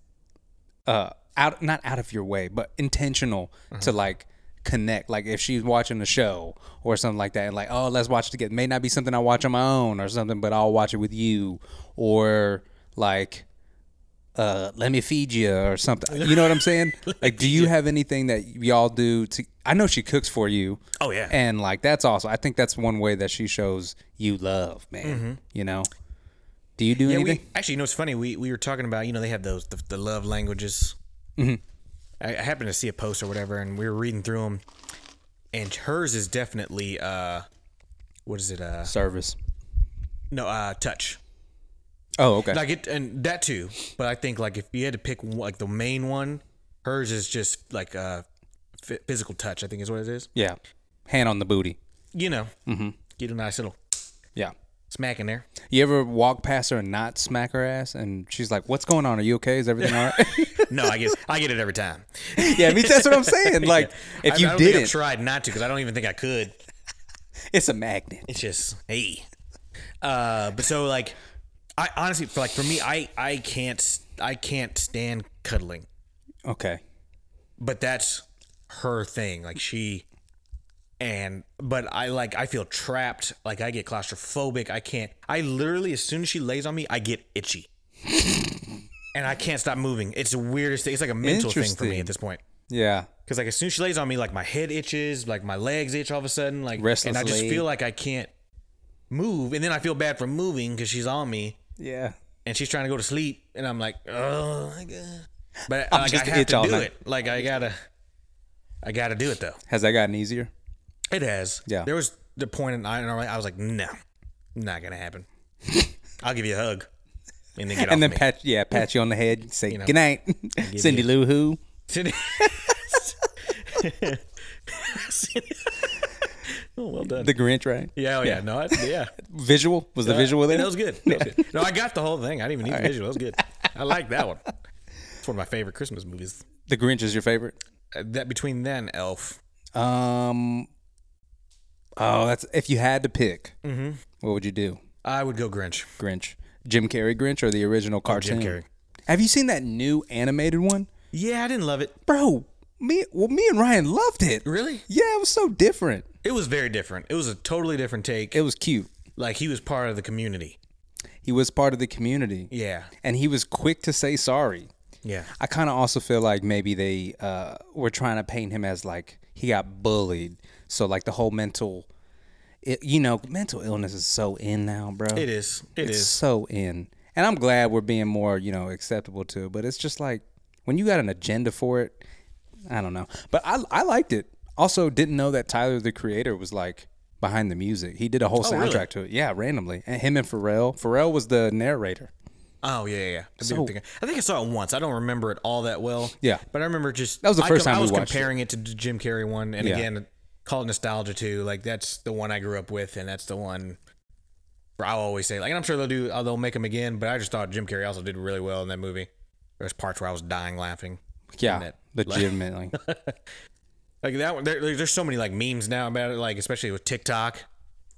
C: uh out not out of your way, but intentional to
D: Mm-hmm.
C: like connect? Like if she's watching a show or something like that, and like oh let's watch it together. May not be something I watch on my own or something, but I'll watch it with you or like. Uh, let me feed you or something. You know what I'm saying? like, do you have anything that y'all do to? I know she cooks for you.
D: Oh, yeah.
C: and like that's awesome. I think that's one way that she shows you love, man. You know? Do you do
D: Mm-hmm. Yeah,
C: anything?
D: we, actually, you know, it's funny. We, we were talking about, you know, they have those, the, the love languages.
C: Mm-hmm.
D: I, I happened to see a post or whatever, and we were reading through them. And hers is definitely, uh, what is it? Uh,
C: Service.
D: no, uh, touch.
C: Oh, okay.
D: Like it, and that too. But I think, like, if you had to pick, one- like, the main one, hers is just, like, uh, phy- physical touch, I think is what it is.
C: yeah. Hand on the booty.
D: You know, mm-hmm. get a nice little
C: Yeah.
D: smack in there.
C: You ever walk past her and not smack her ass, and she's like, "What's going on? Are you okay? Is everything all right?"
D: No, I guess I get it every time.
C: yeah, I mean, that's what I'm saying. Like,
D: I-
C: if you
D: I don't think I've
C: didn't,
D: tried not to because I don't even think I could.
C: it's a magnet.
D: It's just hey. Uh, but so like, I honestly for like for me, I I can't s- I can't stand cuddling,
C: Okay.
D: but that's her thing. Like she, and but I like I feel trapped. Like I get claustrophobic. I can't. I literally as soon as she lays on me, I get itchy, and I can't stop moving. It's the weirdest thing. It's like a mental thing for me
C: Interesting.
D: at this point.
C: Yeah.
D: Cause like as soon as she lays on me, like my head itches, like my legs itch all of a sudden, like
C: Restless
D: and I just
C: leg.
D: feel like I can't move, and then I feel bad for moving because she's on me
C: Yeah.
D: and she's trying to go to sleep, and I'm like, oh my god, but like,
C: just
D: I
C: itch
D: have to
C: all
D: do
C: night.
D: it. Like I gotta, I gotta do it though.
C: Has that gotten easier?
D: Oh, It has.
C: Yeah.
D: There was the point in I don't know. I was like, no, not gonna happen. I'll give you a hug, and then get off
C: and then
D: me.
C: pat, yeah, pat you on the head, say
D: know,
C: good night, Cindy Lou Who.
D: oh, well done.
C: The Grinch, right?
D: yeah, Uh, oh, yeah, no, I, yeah.
C: Visual was the visual there.
D: That was good. That was good. No, I got the whole thing. I didn't even need the visual. That was good. I like that one. It's one of my favorite Christmas movies.
C: The Grinch is your favorite.
D: Uh, That between then Elf.
C: Um. Oh, that's if you had to pick,
D: Mm-hmm.
C: what would you do?
D: I would go Grinch.
C: Grinch, Jim Carrey Grinch, or the original cartoon?
D: Oh, Carrey.
C: Have you seen that new animated one,
D: Yeah, I didn't love it.
C: bro? Me, well, me and Ryan loved it.
D: Really?
C: Yeah, it was so different.
D: It was very different. It was a totally different take.
C: It was cute.
D: like he was part of the community.
C: He was part of the community,
D: Yeah.
C: and he was quick to say sorry.
D: Yeah.
C: I kind of also feel like maybe they uh, were trying to paint him as like he got bullied. So like the whole mental, it, you know, mental illness is so in now, bro.
D: It is. It
C: it's
D: is.
C: so in, and I'm glad we're being more you know acceptable to it. But it's just like when you got an agenda for it, I don't know. But I I liked it. Also, didn't know that Tyler the Creator was like behind the music. He did a whole
D: Oh, really?
C: soundtrack to it. Yeah, randomly, and him and Pharrell. Pharrell was the narrator.
D: Oh yeah, yeah. yeah. I, do think I think I saw it once. I don't remember it all that well.
C: Yeah.
D: but I remember just
C: That was the
D: I
C: first
D: com-
C: time
D: I
C: we
D: was
C: watched it.
D: comparing it. to the Jim Carrey one, and
C: Yeah.
D: again, call it nostalgia too. Like that's the one I grew up with, and that's the one where I always say like. And I'm sure they'll do uh, they'll make them again, but I just thought Jim Carrey also did really well in that movie. There's parts where I was dying laughing.
C: Yeah,
D: that-
C: legitimately.
D: Like that one, there, there- there's so many like memes now about it, like especially with TikTok.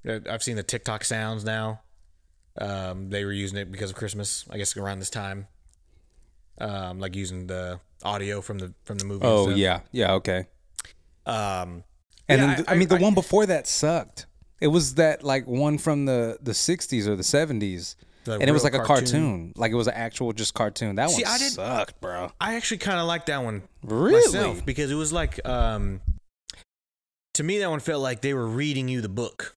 D: Uh, I've seen the TikTok sounds now. Um, they were using it because of Christmas, I guess, around this time. Um, like using the audio from the from the movie. and
C: oh
D: stuff.
C: yeah, yeah, okay.
D: Um,
C: And
D: Yeah,
C: then th- I,
D: I-
C: mean, the
D: I-
C: one before that sucked. It was that like one from the the '60s or the '70s,
D: The
C: and it was
D: real
C: like a cartoon.
D: cartoon.
C: Like it was an actual just cartoon. That one
D: I didn't-
C: sucked, bro.
D: I actually kind of liked that one
C: Really?
D: myself because it was like, um, to me, that one felt like they were reading you the book.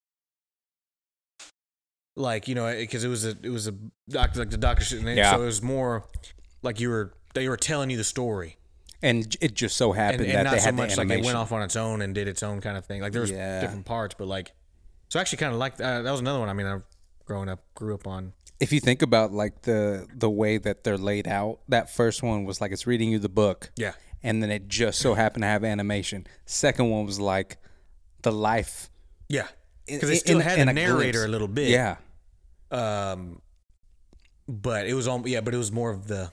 D: Like you know, because it was a it was a doctor like the doctor shit, and
C: Yeah.
D: so it was more like you were they were telling you the story.
C: And j- it just so happened
D: and, and
C: that
D: not
C: they
D: so
C: had
D: much
C: the
D: like
C: animation.
D: it went off on its own and did its own kind of thing. Like there was
C: Yeah.
D: different parts, but like so I actually kind of like uh, that was another one. I mean, I growing up grew up on.
C: If you think about like the the way that they're laid out, that first one was like it's reading you the book,
D: Yeah.
C: and then it just so happened to have animation. Second one was like the life
D: Yeah,
C: in-
D: because they
C: in-
D: still
C: in-
D: had
C: in
D: a
C: a glimpse.
D: narrator a little bit.
C: Yeah,
D: Um, but it was all yeah, but it was more of the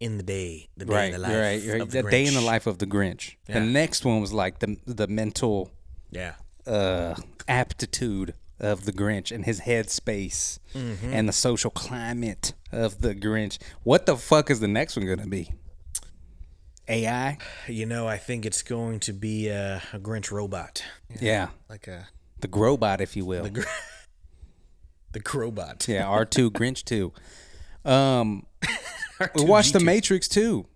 D: in the day, the day
C: right,
D: in the
C: you're
D: life,
C: right. you're right.
D: of the
C: The day in the
D: Grinch.
C: life of the Grinch.
D: Yeah.
C: The next one was like the the mental
D: Yeah,
C: uh, aptitude of the Grinch and his head space and the social climate of the Grinch. What the fuck is the next one gonna be? AI?
D: you know, I think it's going to be a, a Grinch robot,
C: Yeah.
D: like a
C: The Grobot, if you will.
D: the Crowbot.
C: yeah, R two Grinch two. Um we watched The Matrix too,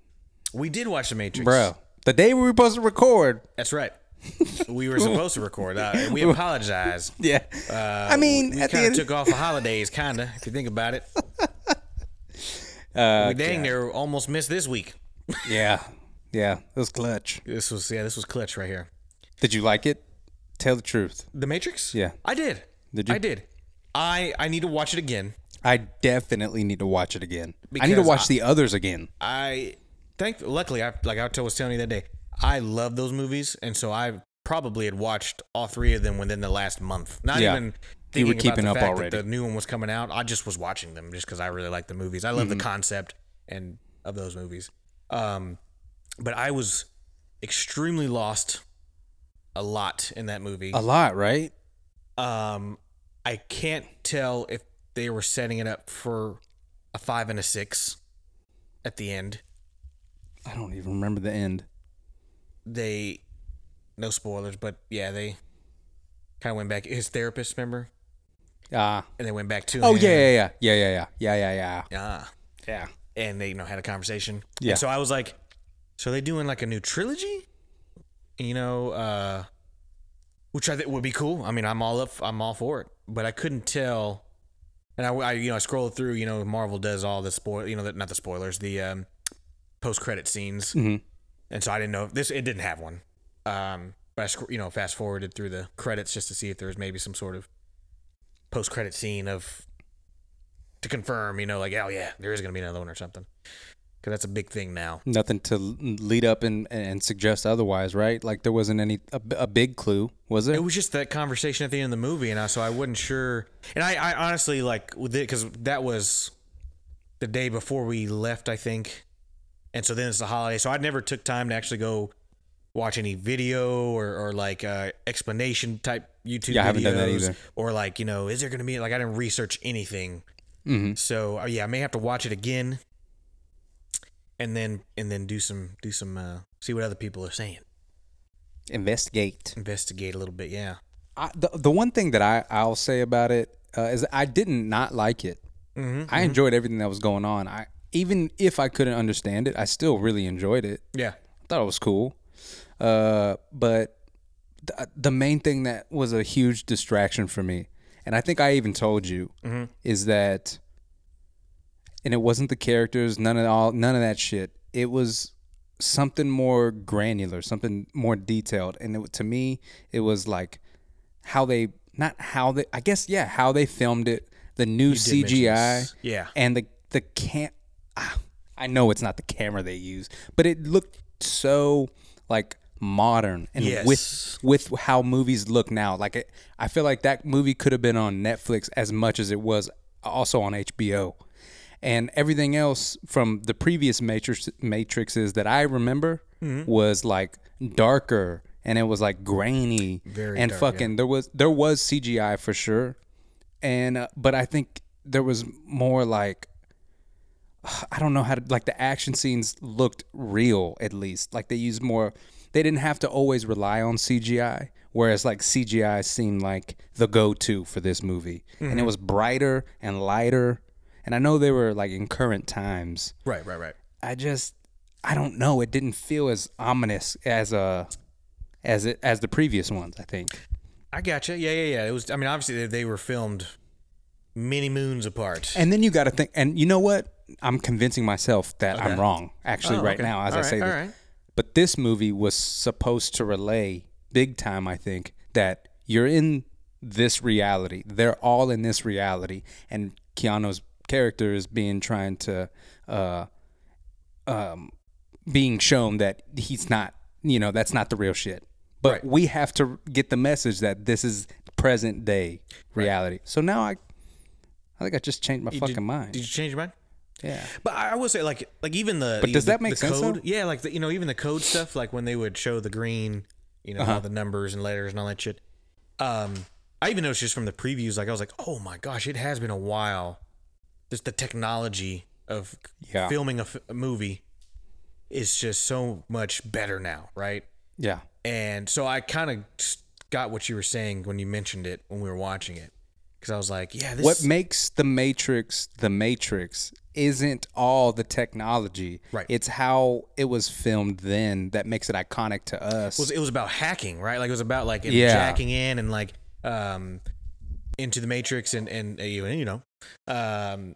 D: We did watch the Matrix,
C: bro. The day we were supposed to record.
D: That's right. We were supposed to record. Uh, we apologize.
C: Yeah. I mean,
D: We
C: at the
D: kind of
C: end,
D: took off the holidays, kind of, if you think about it.
C: Uh,
D: we dang near almost missed this week.
C: yeah, yeah, it was clutch.
D: This was, yeah, this was clutch right here.
C: Did you like it? Tell the truth.
D: The Matrix?
C: Yeah.
D: I did.
C: Did you?
D: I did. I, I need to watch it again.
C: I definitely need to watch it again. I need to
D: Because
C: watch
D: I-
C: the others again.
D: I thank luckily I like I was telling you that day. I love those movies, and so I probably had watched all three of them within the last month. Not
C: Yeah.
D: even
C: You
D: thinking
C: were
D: about
C: keeping
D: the
C: up
D: fact
C: already.
D: That the new one was coming out. I just was watching them just because I really like the movies. I love
C: Mm-hmm.
D: the concept and of those movies. Um, but I was extremely lost a lot in that movie.
C: A lot, right?
D: Um, I can't tell if they were setting it up for a five and a six at the end.
C: I don't even remember the end.
D: they no spoilers, but yeah, they kind of went back. His therapist, remember,
C: Ah.
D: and they went back to.
C: oh
D: him.
C: yeah, yeah, yeah, yeah, yeah, yeah, yeah, yeah, yeah.
D: Ah,
C: Yeah.
D: and they you know had a conversation.
C: Yeah.
D: And so I was like, so they doing like a new trilogy, you know, uh, which I think would be cool. I mean, I'm all up, I'm all for it, but I couldn't tell. And I, I you know, I scrolled through. You know, Marvel does all the spoil, you know, the, not the spoilers, the um, post credit scenes,
C: Mhm.
D: and so I didn't know if this. It didn't have one. Um, but I, sc- you know, fast forwarded through the credits just to see if there was maybe some sort of post credit scene of to confirm, you know, like, oh yeah, there is gonna be another one or something. because that's a big thing now.
C: Nothing to l- lead up and, and suggest otherwise, right? Like there wasn't any a, b- a big clue, was there?
D: It was just that conversation at the end of the movie, and I so I wasn't sure. And I, I honestly like with it because that was the day before we left, I think. And so then it's the holiday, so I never took time to actually go watch any video or, or like uh, explanation type YouTube
C: Yeah,
D: videos
C: I haven't done that either.
D: or like you know is there going to be like I didn't research anything.
C: Mm-hmm.
D: So uh, yeah, I may have to watch it again, and then and then do some do some uh, see what other people are saying,
C: Investigate.
D: investigate a little bit. Yeah.
C: I, the the one thing that I I'll say about it uh, is I didn't not like it. I enjoyed everything that was going on. I even if I couldn't understand it, I still really enjoyed it.
D: Yeah.
C: I thought it was cool. Uh, but the, the main thing that was a huge distraction for me, and I think I even told you, is that, and it wasn't the characters, none of all, none of that shit. It was something more granular, something more detailed, and it, to me, it was like how they, not how they, I guess, yeah, how they filmed it, the new
D: did mention
C: CGI,
D: this. Yeah.
C: and the the can ah, I know it's not the camera they use, but it looked so like modern and
D: Yes.
C: with with how movies look now. Like it, I feel like that movie could have been on Netflix as much as it was also on HBO. And everything else from the previous Matrix matrices that I remember
D: Mm-hmm.
C: was like darker and it was like grainy
D: Very
C: and
D: dark, yeah.
C: fucking there was there was CGI for sure. And uh, but I think there was more like I don't know how to like the action scenes looked real at least. Like they used more they didn't have to always rely on CGI whereas like CGI seemed like the go-to for this movie. And it was brighter and lighter and I know they were like in current times.
D: Right. Right. Right.
C: I just I don't know, it didn't feel as ominous as uh as it as the previous ones, I think.
D: I gotcha. Yeah, yeah, yeah. It was. I mean, obviously they, they were filmed many moons apart.
C: And then you got to think, and you know what? I'm convincing myself that I'm wrong, actually,
D: Oh,
C: right
D: okay.
C: now as I
D: All right,
C: say
D: all
C: this.
D: right.
C: But this movie was supposed to relay big time, I think, that you're in this reality. They're all in this reality, and Keanu's character is being trying to, uh, um, being shown that he's not. You know, that's not the real shit. But
D: Right.
C: we have to get the message that this is present day reality. So now I. I think I just changed my fucking
D: did,
C: mind.
D: Did you change your mind?
C: Yeah.
D: But I I will say, like, like even the.
C: But does
D: the-
C: that make
D: the
C: sense,
D: Code,
C: though?
D: Yeah, like the, you know, even the code stuff, like when they would show the green, you know, all
C: Uh-huh.
D: the numbers and letters and all that shit. Um, I even noticed just from the previews, like I was like, oh my gosh, it has been a while. Just the technology of
C: Yeah.
D: filming a, f- a movie is just so much better now, right?
C: Yeah.
D: And so I kind of got what you were saying when you mentioned it when we were watching it. Because I was like, yeah, this
C: What makes the Matrix the Matrix isn't all the technology.
D: Right.
C: It's how it was filmed then that makes it iconic to us.
D: was, it was about hacking, right? Like it was about like
C: Yeah.
D: jacking in and like um into the matrix and and uh, you you know um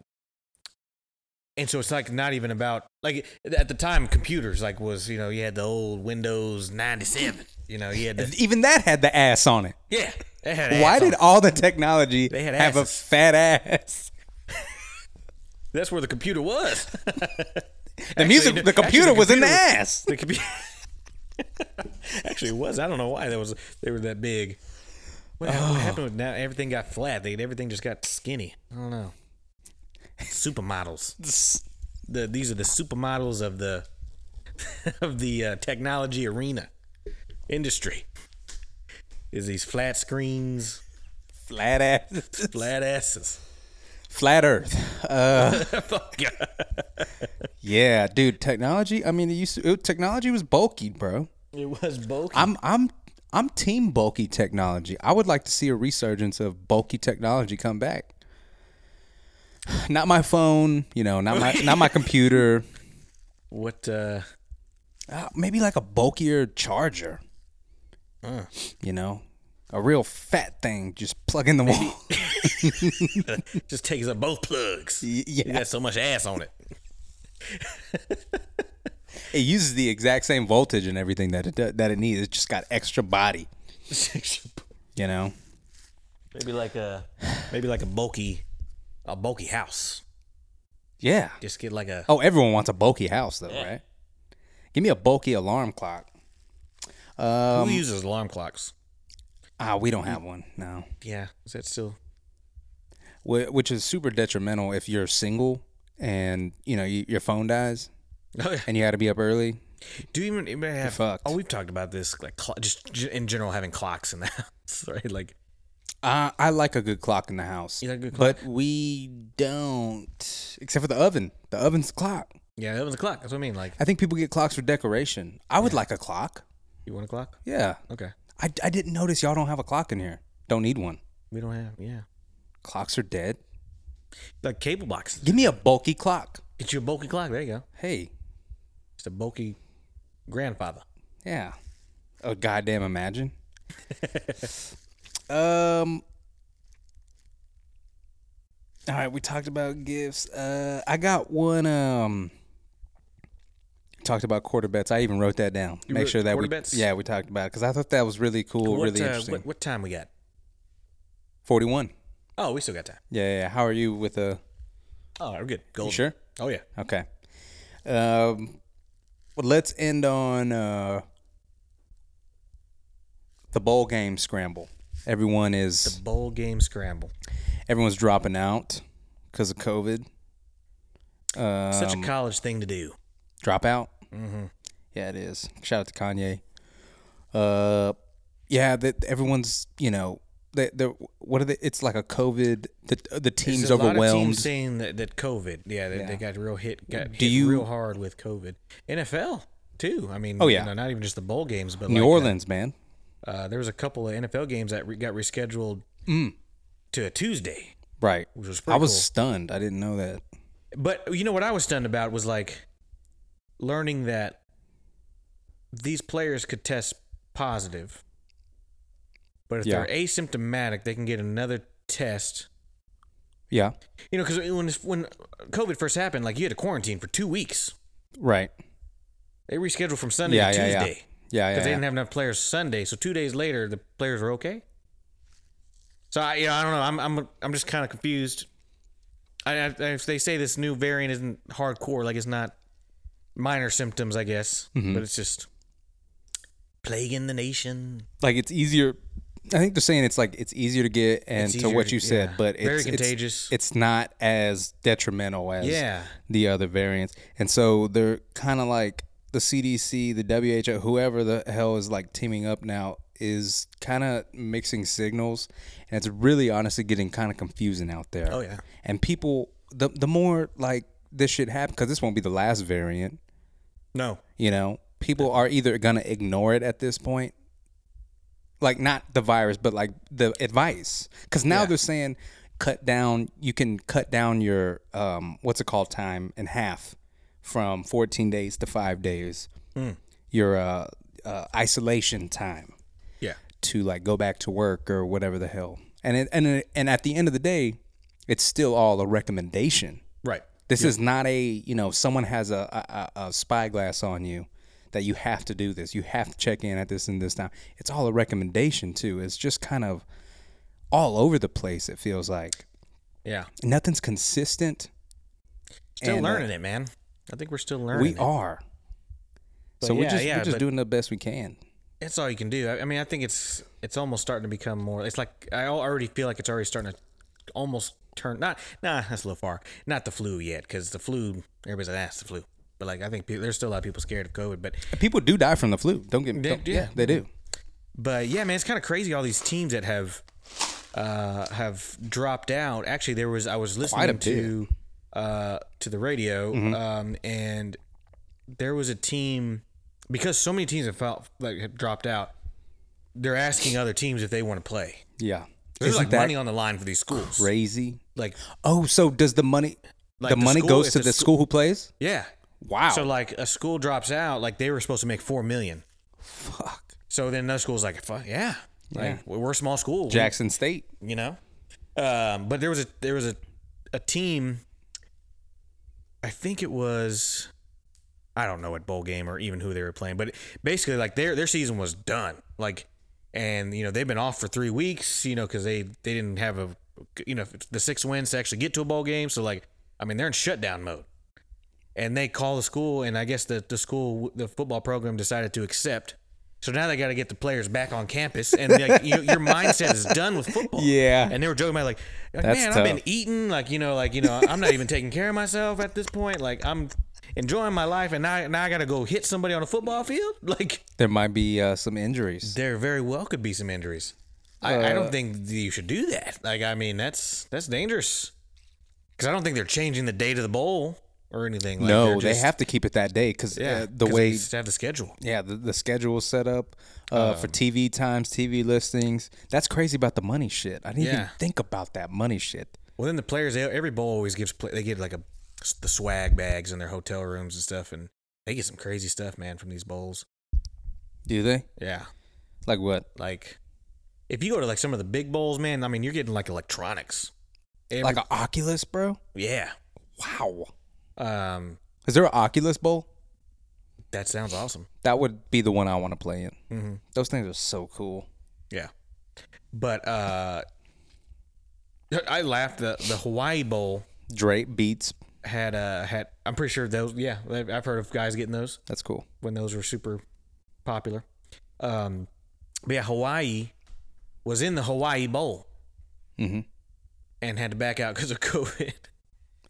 D: and so it's like not even about like at the time computers like was you know you had the old Windows 97, you know, you had the,
C: Even that had the ass on it.
D: yeah. they had
C: Why
D: ass on
C: did all the technology
D: They had
C: have a
D: asses.
C: fat ass?
D: That's where the computer was.
C: The music,
D: no,
C: the computer
D: actually, the
C: was in the
D: computer
C: ass.
D: The computer. Actually, it was. I don't know why that was. They were that big. What, hap- what happened? With now everything got flat. They everything just got skinny. I don't know. Supermodels. The these are the supermodels of the of the uh, technology arena industry. Is these flat screens,
C: Flat ass.
D: flat asses?
C: Flat Earth.
D: Fuck.
C: Yeah, dude. Technology. I mean, it used to, it, technology was bulky, bro.
D: It was bulky.
C: I'm I'm I'm team bulky technology. I would like to see a resurgence of bulky technology come back. Not my phone, you know, not my not my computer.
D: What? uh
C: Uh, maybe like a bulkier charger. You know, a real fat thing just plug in the wall.
D: just takes up both plugs.
C: Y- yeah.
D: You got so much ass on it.
C: It uses the exact same voltage and everything that it do- that it needs. It just got extra body, you know.
D: maybe like a maybe like a bulky a bulky house.
C: Yeah.
D: Just get like a
C: Oh, everyone wants a bulky house though,
D: Yeah.
C: right? Give me a bulky alarm clock. Um,
D: who uses alarm clocks?
C: ah, we don't have one no,
D: Yeah, is that still?
C: Wh- which is super detrimental if you're single and you know you, your phone dies
D: Oh yeah.
C: and you got to be up early.
D: Do you even anybody have?
C: fucked.
D: Oh, we've talked about this like clo- just g- in general having clocks in the house, right? Like
C: I, I like a good clock in the house.
D: You like a good
C: But we don't, except for the oven. The oven's a clock.
D: yeah, that was a clock. That's what I mean. Like
C: I think people get clocks for decoration. I would like a clock.
D: you want a clock?
C: Yeah.
D: Okay,
C: I, I didn't notice y'all don't have a clock in here. Don't need one.
D: we don't have yeah.
C: Clocks are dead.
D: Like cable box.
C: Give me a bulky clock.
D: Get you a bulky clock. There you go.
C: Hey,
D: Just a bulky grandfather.
C: yeah. Oh, goddamn, imagine. um. All right, we talked about gifts. Uh, I got one. Um, talked about quarter bets. I even wrote that down.
D: You
C: Make
D: wrote
C: sure that we
D: quarter bets?
C: yeah we talked about it because I thought that was really cool,
D: what,
C: really
D: uh,
C: interesting.
D: What, what time we got?
C: Forty one.
D: Oh, we still got time.
C: Yeah, yeah, yeah. How are you with uh, the?
D: Oh, we're good. Golden.
C: You sure?
D: Oh yeah.
C: Okay. Um, well, let's end on uh, the bowl game scramble. Everyone is
D: Bowl game scramble.
C: everyone's dropping out because of COVID.
D: Such
C: Um,
D: a college thing to do.
C: Dropout. Mm-hmm. Yeah, it is. Shout out to Kanye. Uh, yeah, that everyone's you know they they what are they? It's like a COVID. The the team's
D: There's a lot of
C: overwhelmed.
D: teams saying that, that COVID. Yeah, they, they got real hit. Got hit
C: you-
D: real hard with COVID? NFL too. I mean,
C: Oh,
D: you
C: yeah.
D: know, not even just the bowl games, but
C: New
D: like, uh,
C: Orleans, man.
D: Uh, there was a couple of NFL games that re- got rescheduled to a Tuesday,
C: Right.
D: which was pretty
C: Mm. I was
D: cool.
C: stunned. I didn't know that.
D: But you know what I was stunned about was like learning that these players could test positive, but if
C: Yeah.
D: they're asymptomatic, they can get another test.
C: Yeah.
D: You know, because when this- when COVID first happened, like you had to quarantine for two weeks.
C: Right.
D: They rescheduled from Sunday
C: Yeah,
D: to
C: yeah, yeah.
D: Tuesday
C: Yeah, yeah.
D: because they
C: yeah.
D: didn't have enough players Sunday. So two days later, the players were okay. So I, you know, I don't know. I'm, I'm, I'm just kind of confused. I, I, if they say this new variant isn't hardcore, like it's not minor symptoms, I guess,
C: Mm-hmm.
D: but it's just plaguing the nation.
C: like it's easier. I think they're saying it's like it's easier to get and
D: It's
C: to
D: easier
C: what
D: to-
C: you said,
D: yeah.
C: but it's
D: Very
C: it's-
D: contagious.
C: It's, not as detrimental as
D: Yeah.
C: the other variants, and so they're kind of like the CDC, the WHO, whoever the hell is like teaming up now is kind of mixing signals, and it's really honestly getting kind of confusing out there.
D: Oh, yeah.
C: and people the the more like this shit happens because this won't be the last variant.
D: No,
C: You know, people are either gonna ignore it at this point, like not the virus, but like the advice, because now they're saying cut down. You can cut down your um, what's it called time in half, from fourteen days to five days. Your uh, uh, isolation time
D: yeah,
C: to like go back to work or whatever the hell. And it, and it, and at the end of the day, it's still all a recommendation.
D: right.
C: This is not a you know someone has a, a a spyglass on you that you have to do this. You have to check in at this and this time. It's all a recommendation too. It's just kind of all over the place. It feels like
D: Yeah,
C: nothing's consistent.
D: still
C: And, uh,
D: learning it, man. I think we're still learning.
C: We
D: it.
C: are. So we're
D: yeah,
C: just
D: yeah,
C: we're just
D: but-
C: doing the best we can.
D: That's all you can do. I, I mean, I think it's it's almost starting to become more. It's like I al- already feel like it's already starting to almost turn. Not nah, that's a little far. Not the flu yet, because the flu everybody's like that's the flu. But like I think people, there's still a lot of people scared of COVID. But
C: People do die from the flu. Don't get me.
D: They-
C: don't-
D: yeah.
C: yeah. they do.
D: but yeah, man, it's kind of crazy. All these teams that have uh, have dropped out. Actually, there was I was
C: Quite a
D: listening to uh, to the radio,
C: Mm-hmm.
D: um, and there was a team because so many teams have felt, like have dropped out. They're asking other teams if they want to play.
C: Yeah,
D: There's
C: isn't
D: like
C: that
D: money on the line for these schools.
C: crazy?
D: Like,
C: Oh, so does the money?
D: Like
C: the,
D: the
C: money
D: school-
C: goes
D: if
C: to
D: the
C: the
D: scho-
C: school who plays.
D: yeah.
C: Wow.
D: So like a school drops out, like they were supposed to make four million.
C: fuck.
D: So then another school's like, fuck yeah, like
C: Yeah.
D: we're we're a small school. We-
C: Jackson State.
D: you know. Um, but there was a there was a a team. I think it was, I don't know what bowl game or even who they were playing, but basically like their their season was done. Like, and you know they've been off for three weeks, you know, because they they didn't have a you know the six wins to actually get to a bowl game. So like I mean, they're in shutdown mode. And they call the school, and I guess the, the school, the football program decided to accept. So now they got to get the players back on campus, and like, you, your mindset is done with football.
C: Yeah.
D: And they were joking about like, like,
C: That's
D: man,
C: tough.
D: I've been eating, like you know, like you know, I'm not even taking care of myself at this point. Like I'm enjoying my life, and now now I got to go hit somebody on a football field. Like
C: There might be uh, some injuries.
D: there very well could be some injuries. I, I
C: Uh,
D: don't think that you should do that. Like, I mean, that's that's dangerous. Because I don't think they're changing the date of the bowl or anything. Like,
C: no,
D: they're
C: they
D: just-
C: have to keep it that day because
D: yeah,
C: uh, the
D: 'cause
C: way
D: they just have the schedule.
C: yeah the, the schedule was set up uh, for TV times, TV listings. That's crazy about the money shit. I didn't even
D: Yeah.
C: think about that money shit.
D: Well, then the players, they, every bowl always gives pla- they get like a the swag bags in their hotel rooms and stuff, and they get some crazy stuff, man, from these bowls.
C: Do they
D: Yeah,
C: like what?
D: like if you go to like some of the big bowls, man, I mean, you're getting like electronics. Every-
C: like an Oculus, bro?
D: yeah.
C: Wow.
D: Um,
C: Is there an Oculus Bowl?
D: that sounds awesome.
C: That would be the one I want to play in. Those things are so cool.
D: Yeah. But uh I laughed the the Hawaii Bowl
C: Drake beats.
D: had uh had I'm pretty sure those yeah, I've I've heard of guys getting those
C: That's cool.
D: when those were super popular. Um but yeah, Hawaii was in the Hawaii Bowl
C: Mhm.
D: and had to back out because of COVID.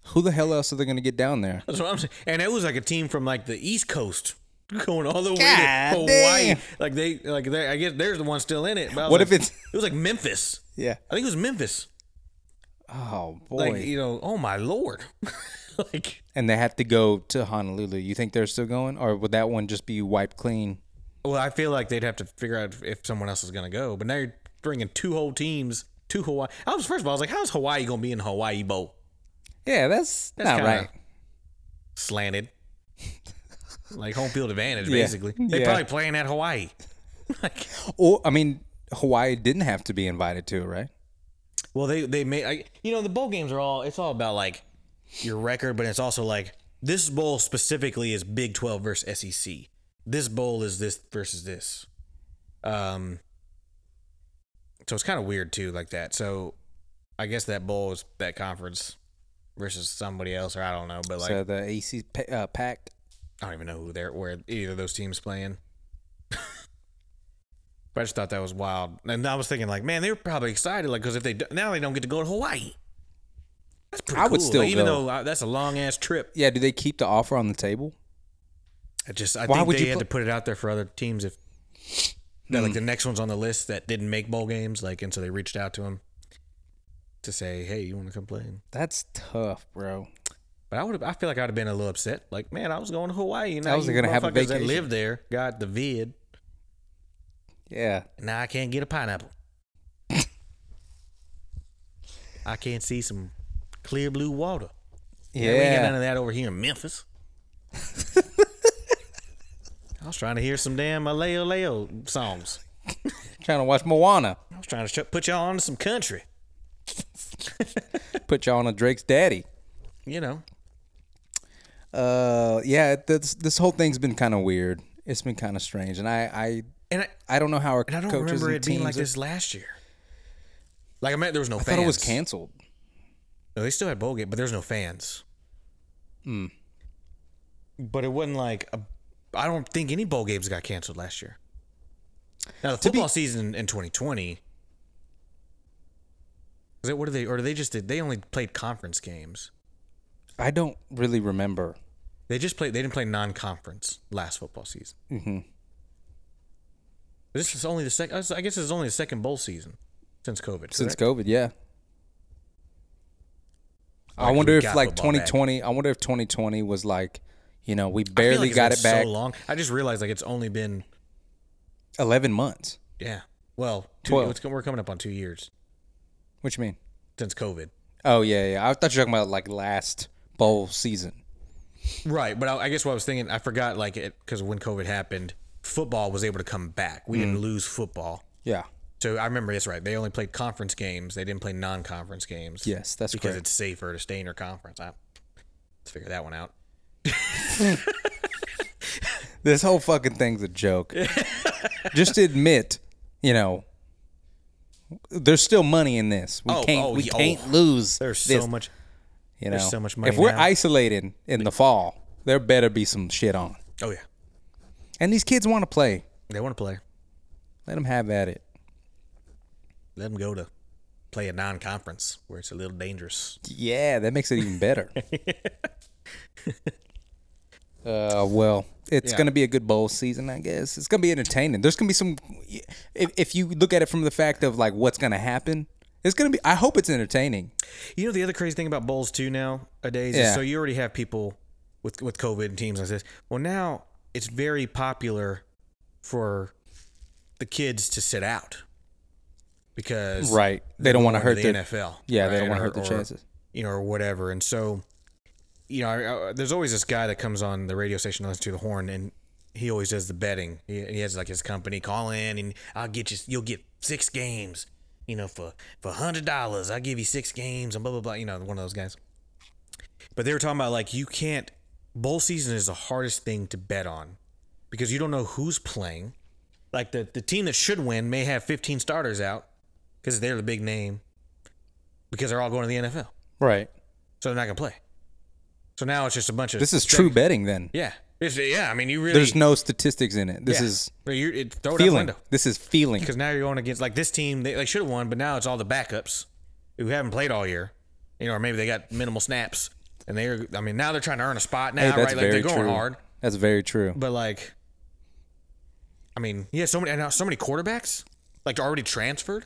C: Who the hell else are they gonna get down there?
D: That's what I'm saying. And it was like a team from like the East Coast going all the way
C: God
D: to Hawaii.
C: damn.
D: Like they like they I guess there's the one still in it. But I was
C: What if
D: like-
C: it's-
D: it was like Memphis?
C: Yeah.
D: I think it was Memphis.
C: Oh boy.
D: like you know oh my lord like
C: and they have to go to Honolulu. You think they're still going, or would that one just be wiped clean?
D: well i feel like they'd have to figure out if someone else is going to go but now you're bringing two whole teams to hawaii i was first of all i was like how's hawaii going to be in hawaii bowl
C: Yeah, that's,
D: That's
C: not
D: kinda
C: right.
D: slanted like home field advantage
C: Yeah.
D: basically they're
C: Yeah.
D: probably playing at hawaii like
C: Or I mean, Hawaii didn't have to be invited to, it, right?
D: well they they may I, you know the bowl games are all it's all about like your record but it's also like this bowl specifically is big 12 versus sec this bowl is this versus this Um, so it's kind of weird too, like that. So I guess that bowl is that conference versus somebody else, or I don't know, but like
C: so the AC pa- uh, pack.
D: I don't even know who they're where either of those teams playing. but I just thought that was wild, and I was thinking like, man, they were probably excited, like because if they do, now they don't get to go to Hawaii. That's pretty
C: I
D: cool.
C: would still
D: like, even
C: go.
D: though I, that's a long ass trip.
C: Yeah. Do they keep the offer on the table?
D: I just I
C: Why
D: think
C: would
D: they
C: you Hmm.
D: had
C: put-
D: to put it out there for other teams if. that, like the next ones on the list that didn't make bowl games, like, and so they reached out to him to say, "Hey, you want to come play?"
C: That's tough, bro.
D: But I would, I feel like I'd have been a little upset. Like, man, I was going to Hawaii, and
C: I
D: now
C: was
D: you
C: gonna have a
D: motherfuckers that
C: vacation.
D: live there got the vid,
C: Yeah.
D: and now I can't get a pineapple. I can't see some clear blue water.
C: Yeah.
D: We ain't got none of that over here in Memphis. I was trying to hear some damn Aleo Leo songs.
C: Trying to watch Moana.
D: I was trying to sh- put y'all onto some country.
C: Put y'all on a Drake's daddy.
D: You know,
C: Uh, yeah. This this whole thing's been kind of weird. It's been kind of strange, and I I
D: and I,
C: I don't know how our
D: And I don't
C: coaches
D: remember
C: and
D: it being like
C: teams are-
D: this last year. Like I meant there was no
C: I
D: fans.
C: thought it was canceled.
D: No, they still had bowl game, but there was no fans. Hmm. But it wasn't like a, I don't think any bowl games got canceled last year. Now the
C: To be-
D: football season in 2020. Is it what do they or do they just did they only played conference games?
C: I don't really remember.
D: They just played. They didn't play non-conference last football season. Mm-hmm. This is only the second. I guess it's only the second bowl season since COVID.
C: Since
D: correct?
C: COVID, yeah. I
D: Like,
C: wonder
D: we
C: if
D: got
C: like
D: football back.
C: 2020. I wonder if 2020 was like, you know, we
D: I feel
C: barely
D: like it's
C: got
D: been
C: it back.
D: So long. I just realized like it's only been
C: 11 months.
D: yeah. Well, two,
C: Twelve.
D: it's, we're coming up on two years
C: What you mean?
D: since COVID.
C: Oh yeah, yeah. I thought you were talking about like last bowl season.
D: Right, but I, I guess what I was thinking, I forgot like it because when COVID happened, football was able to come back. We
C: Mm.
D: didn't lose football.
C: Yeah.
D: So I remember this right. They only played conference games. They didn't play non-conference games.
C: Yes, that's
D: because
C: correct.
D: it's safer to stay in your conference. I, let's figure that one out.
C: This whole fucking thing's a joke. Just admit, you know, there's still money in this. We
D: Oh,
C: can't
D: oh,
C: we
D: yeah, oh.
C: can't lose.
D: There's so
C: this.
D: much.
C: You know,
D: so much money
C: If we're
D: now.
C: isolating in the fall, there better be some shit on.
D: Oh yeah,
C: And these kids want to play.
D: they want to play.
C: Let them have at it.
D: Let them go to play a non-conference where it's a little dangerous.
C: Yeah, that makes it even better. uh, well, it's
D: Yeah.
C: going to be a good bowl season, I guess. It's going to be entertaining. There's going to be some. If, if you look at it from the fact of like what's going to happen, it's going to be. I hope it's entertaining.
D: You know the other crazy thing about bowls too now a days
C: Yeah.
D: is so you already have people with with COVID and teams like this. Well, now it's very popular for the kids to sit out because
C: Right. They don't want to
D: they're
C: hurt
D: going
C: their.
D: to the NFL.
C: Yeah, they don't
D: right?
C: wanna
D: Or-
C: hurt their
D: or,
C: chances.
D: You know, or whatever. And so, you know, I, I, there's always this guy that comes on the radio station, listens to the horn, and he always does the betting. He, he has like his company call in, and I'll get you. You'll get six games. You know, for for hundred dollars, I'll give you six games and blah blah blah. You know, one of those guys. But they were talking about like you can't. Bowl season is the hardest thing to bet on because you don't know who's playing. Like the the team that should win may have 15 starters out because they're the big name because they're all going to the NFL,
C: Right.
D: so they're not gonna play. So now it's just a bunch of
C: This is true betting. Then
D: Yeah, It's- yeah. I mean, you really
C: there's no statistics in it. This
D: yeah.
C: is
D: You're, it, throw it out the
C: feeling.
D: window
C: This is feeling.
D: because now you're going against like this team. They, they should have won, but now it's all the backups who haven't played all year, you know, or maybe they got minimal snaps. And they're, I mean, now they're trying to earn a spot now,
C: Hey,
D: right? Like they're going hard,
C: That's very true.
D: but like, I mean, yeah, so many, and now so many quarterbacks like already transferred.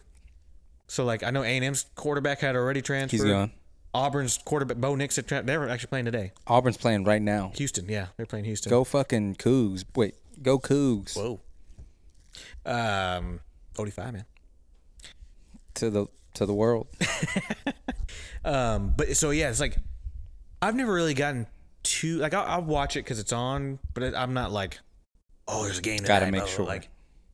D: So like, I know A and M's quarterback had already transferred.
C: He's gone.
D: Auburn's quarterback Bo Nix. had tra- They were actually playing today.
C: Auburn's playing right now.
D: Houston, yeah, they're playing Houston.
C: Go fucking Cougs. Wait, go Cougs
D: Whoa. Um, forty-five, man.
C: to the to the world.
D: Um, but so yeah, it's like I've never really gotten too like I'll, I'll watch it because it's on, but it, I'm not like, oh, there's a game.
C: Gotta
D: tonight,
C: make
D: blah, blah,
C: sure.
D: like.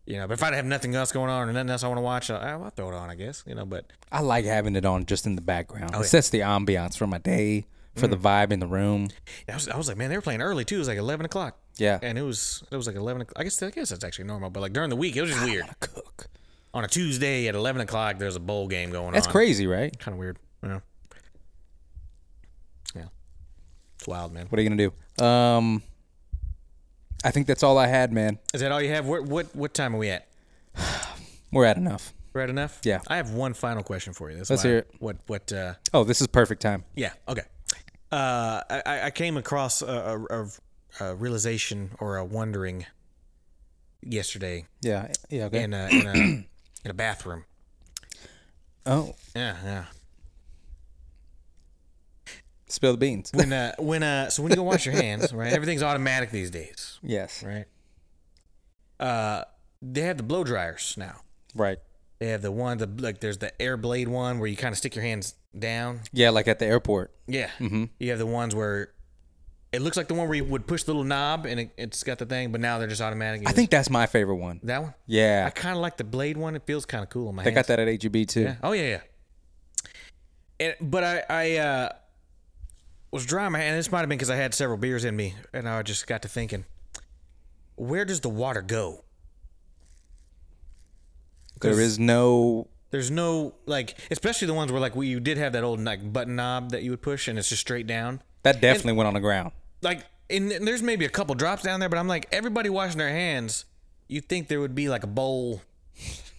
D: You know, but if I have nothing else going on or nothing else I want to watch, I'll, I'll throw it on, I guess. You know, but
C: I like having it on just in the background.
D: Oh,
C: it sets the ambiance for my day, for
D: Mm.
C: the vibe in the room.
D: I was, I was like, man, they were playing early too. It was like eleven o'clock.
C: Yeah.
D: and it was it was like eleven. o'clock. I guess I guess that's actually normal, but like during the week, it was just weird.
C: Cook.
D: On a Tuesday at eleven o'clock, there's a bowl game going
C: That's
D: on.
C: crazy, right?
D: kind of weird. You know? Yeah, it's wild, man.
C: What are you gonna do? Um, I think that's all I had, man.
D: Is that all you have? What what what time are we at?
C: We're at enough.
D: We're at enough.
C: Yeah.
D: I have one final question for you. That's
C: Let's
D: why-
C: hear it.
D: What what? Uh,
C: Oh, this is perfect time.
D: yeah. Okay. Uh, I- I, I came across a, a, a, a realization or a wondering yesterday
C: Yeah, yeah. Okay.
D: in a in a, in a bathroom.
C: oh,
D: Yeah, yeah.
C: spill the beans.
D: When uh, when uh, so when you go wash your hands, right? Everything's automatic these days,
C: yes. Right.
D: right? Uh, they have the blow dryers now. They have the one the like there's the air blade one where you kind of stick your hands down.
C: Yeah, like at the airport.
D: Yeah.
C: Mm-hmm.
D: You have the ones where it looks like the one where you would push the little knob and it, it's got the thing, but now they're just automatic. You
C: I think that's my favorite one.
D: just- that one.
C: Yeah,
D: I kind of like the blade one. It feels kind of cool on my
C: they got
D: hands.
C: that at AGB too.
D: Yeah. Oh yeah, yeah. And, but I I uh, was drying my hand. This might have been because I had several beers in me, and I just got to thinking, where does the water go?
C: There is no
D: There's no like, especially the ones where like we you did have that old like button knob that you would push, and it's just straight down.
C: that definitely went on the ground.
D: Like, and there's maybe a couple drops down there, but I'm like, everybody washing their hands. You would think there would be like a bowl,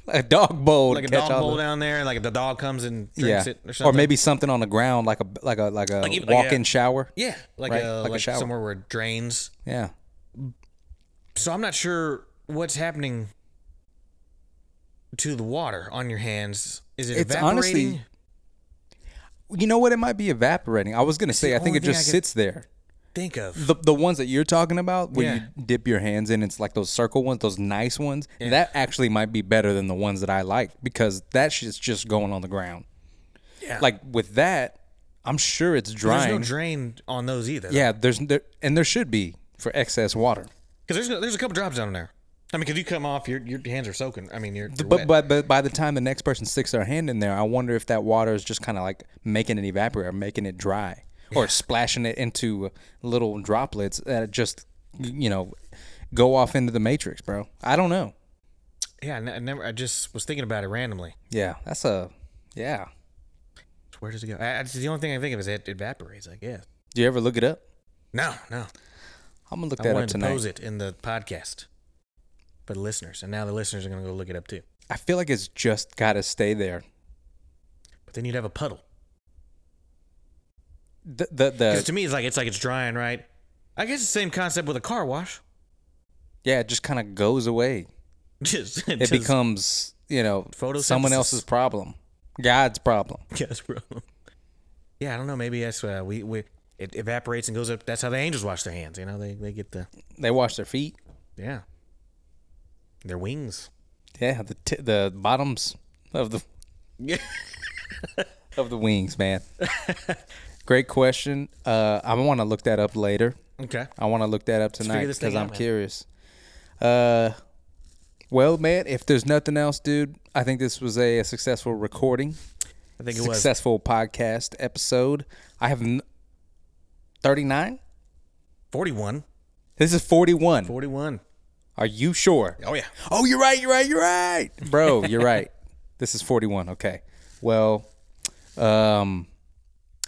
C: A dog bowl,
D: like a
C: to catch
D: dog
C: all
D: bowl
C: the-
D: down there, and like if the dog comes and drinks it or something,
C: maybe something on the ground, like a like a like a
D: even- like,
C: walk-in
D: yeah.
C: shower.
D: yeah, like
C: Right,
D: a
C: like a
D: like,
C: shower.
D: somewhere where it drains.
C: Yeah,
D: so I'm not sure what's happening to the water on your hands. Is it
C: It's
D: evaporating?
C: honestly- you know what? It might be evaporating. I was gonna say,
D: the
C: I think
D: only
C: it
D: thing
C: just
D: I could-
C: sits there.
D: Think of
C: The the ones that you're talking about, where
D: Yeah.
C: you dip your hands in, it's like those circle ones, those nice ones. That actually might be better than the ones that I like because that shit's just going on the ground.
D: Yeah.
C: Like with that, I'm sure it's
D: there's
C: drying.
D: no drain on those either.
C: yeah, there's there, and there should be for excess water.
D: because there's there's a couple drops down there. I mean, because you come off, your your hands are soaking. I mean, you're, you're
C: But,
D: wet.
C: but but by the time the next person sticks their hand in there, I wonder if that water is just kind of like making it evaporate, or making it dry, or splashing it into little droplets that just you know go off into the matrix, bro. I don't know.
D: yeah, I ne- I never. I just was thinking about it randomly.
C: Yeah, that's a yeah.
D: It's where does it go? I, I- the only thing I think of is it evaporates. I guess.
C: Do you ever look it up?
D: No, no.
C: I'm gonna look
D: I
C: that up
D: wanted to
C: tonight.
D: pose it in the podcast for the listeners, and now the listeners are going to go look it up too.
C: I feel like it's just gotta stay there.
D: But then you'd have a puddle.
C: The the,
D: 'Cause
C: the
D: to me, it's like it's like it's drying, right? I guess the same concept with a car wash.
C: yeah, it just kind of goes away.
D: Just
C: It becomes you know someone
D: Photosynthesis.
C: else's problem, God's problem.
D: Yes, bro. Yeah, I don't know. Maybe that's uh, we we it evaporates and goes up. That's how the angels wash their hands. You know, they they get the
C: They wash their feet.
D: yeah their wings.
C: Yeah, the t- the bottoms of the
D: Yeah.
C: of the wings, man. Great question. Uh, I want to look that up later.
D: Okay.
C: I want to look that up tonight
D: figure this
C: because
D: thing out,
C: I'm
D: man.
C: curious. Uh, well, man, if there's nothing else, dude, I think this was a, successful recording,
D: I think it was
C: successful podcast episode. I have n- 39.
D: 41.
C: This is 41.
D: 41.
C: Are you sure?
D: Oh yeah.
C: Oh, you're right. You're right. You're right, bro. You're right. This is 41. Okay. Well, um,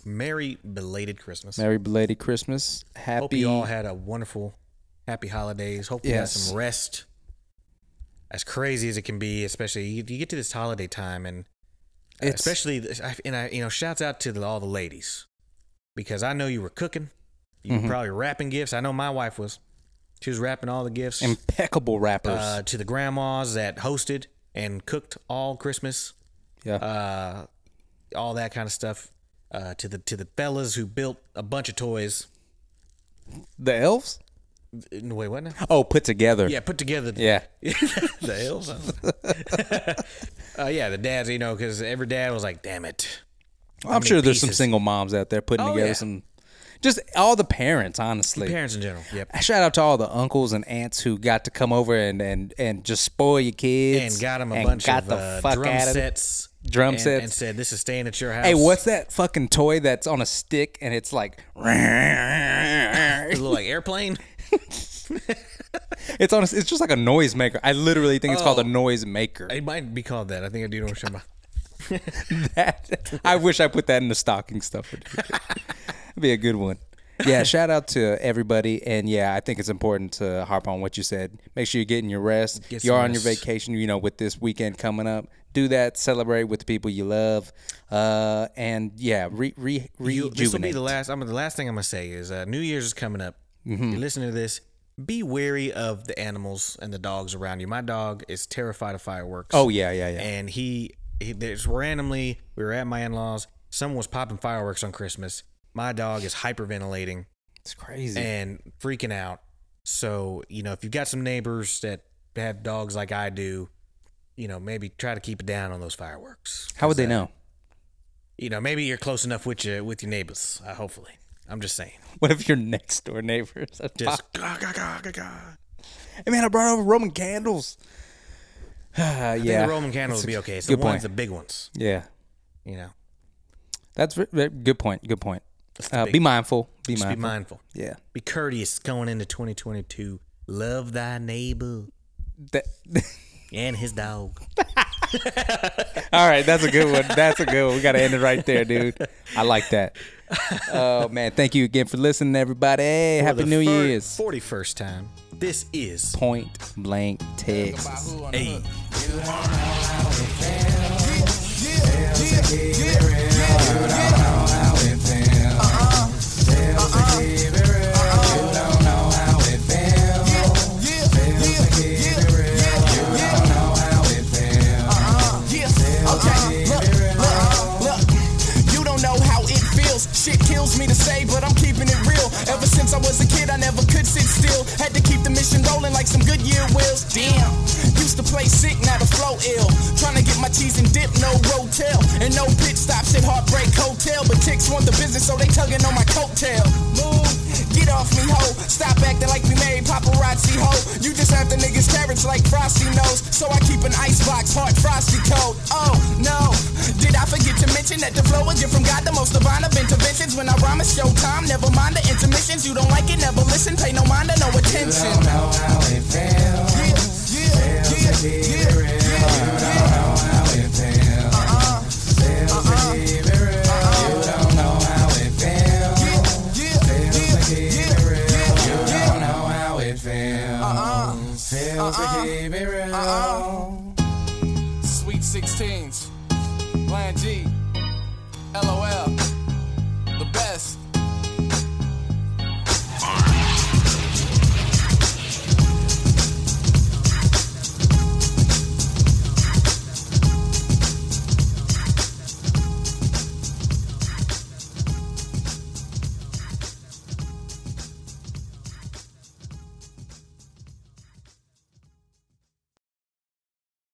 D: Merry belated Christmas.
C: Merry belated Christmas. Happy.
D: Hope you all had a wonderful, happy holidays. Hope you had
C: Yes.
D: some rest. As crazy as it can be, especially you, you get to this holiday time, and uh,
C: It's-
D: especially this- I- and I, you know, shouts out to the, all the ladies because I know you were cooking, you were probably wrapping gifts. I know my wife was. She was wrapping all the gifts
C: impeccable rappers.
D: uh, to the grandmas that hosted and cooked all Christmas.
C: yeah.
D: uh, all that kind of stuff. Uh, to the to the fellas who built a bunch of toys.
C: the elves?
D: No, Wait, what now?
C: Oh, put together.
D: Yeah, put together.
C: Yeah.
D: the elves. uh, yeah, the dads. You know, because every dad was like, "Damn it."
C: I'm sure there's some
D: pieces.
C: single moms out there putting
D: Oh,
C: together
D: yeah.
C: some, just all the parents, honestly.
D: Parents in general. Yep.
C: Shout out to all the uncles and aunts who got to come over and and, and just spoil your kids
D: And got him a
C: and
D: bunch
C: got
D: of
C: the
D: uh,
C: fuck
D: drum
C: out of it.
D: sets.
C: Drum
D: and,
C: sets.
D: And said, "This is staying at your house."
C: Hey, what's that fucking toy that's on a stick and it's like,
D: A little like airplane.
C: it's on, a, it's just like a noisemaker. I literally think it's called a
D: Oh.
C: noisemaker.
D: It might be called that. I think I do know what you're talking about.
C: That I wish I put that in the stocking stuffer. dude. That'd be a good one. Yeah, shout out to everybody, and yeah, I think it's important to harp on what you said. Make sure you're getting your rest.
D: Get
C: you're
D: some
C: on your
D: rest.
C: vacation, you know, with this weekend coming up. Do that. Celebrate with the people you love, uh, and yeah, re, re,
D: You-
C: rejuvenate.
D: This will be the last. I'm the last thing I'm gonna say is uh, New Year's is coming up.
C: Mm-hmm.
D: You're listening to this. Be wary of the animals and the dogs around you. My dog is terrified of fireworks.
C: oh yeah, yeah, yeah.
D: and he, he there's randomly we were at my in-laws. Someone was popping fireworks on Christmas. My dog is hyperventilating
C: It's crazy.
D: and freaking out. So you know if you've got some neighbors that have dogs like I do, you know maybe try to keep it down on those fireworks.
C: How would they know?
D: You know maybe you're close enough with your with your neighbors. Uh, hopefully, I'm just saying.
C: What if your next door neighbors? are pop-
D: Just ga, ga, ga, ga, ga.
C: Hey man, I brought over Roman candles. Ah,
D: I think
C: yeah,
D: the Roman candles will be okay. It's the
C: good
D: ones,
C: point.
D: the big ones.
C: yeah.
D: You know,
C: That's ve- ve- good point. Good point.
D: the
C: Uh,
D: big-
C: be mindful. Be
D: just
C: mindful.
D: be mindful.
C: Yeah.
D: Be courteous going into 2022. Love thy neighbor
C: That,
D: and his dog.
C: all right, that's a good one. That's a good one. We got to end it right there, dude. I like that. Oh man, thank you again for listening, everybody. Happy
D: For the
C: New
D: fir-
C: Year's.
D: 41st time. This is
C: Point blank Texas.
D: a.
A: Uh, Yeah, okay. Look, look, look. You don't know how it feels. Shit kills me to say, but I'm keeping it real. Ever since I was a kid, I never could sit still. Had to keep the mission rolling like some Goodyear wheels. Damn. Used to play sick, now the flow ill. Tryna get my cheese and dip, no rotel. And no pit stops at Heartbreak Hotel. But chicks want the business, so they tugging on my coattail. Move, get off me, ho. Stop acting like we married paparazzi, ho. You just have the niggas' carrots like Frosty knows. So I keep an icebox, hard Frosty cold. Oh, no. Did I forget to mention that the flow is gift from God, the most divine of interventions? When I rhyme, it's showtime. Never mind the intermissions. You don't like it, never listen. Pay no mind or no attention. Yeah, yeah, yeah, yeah.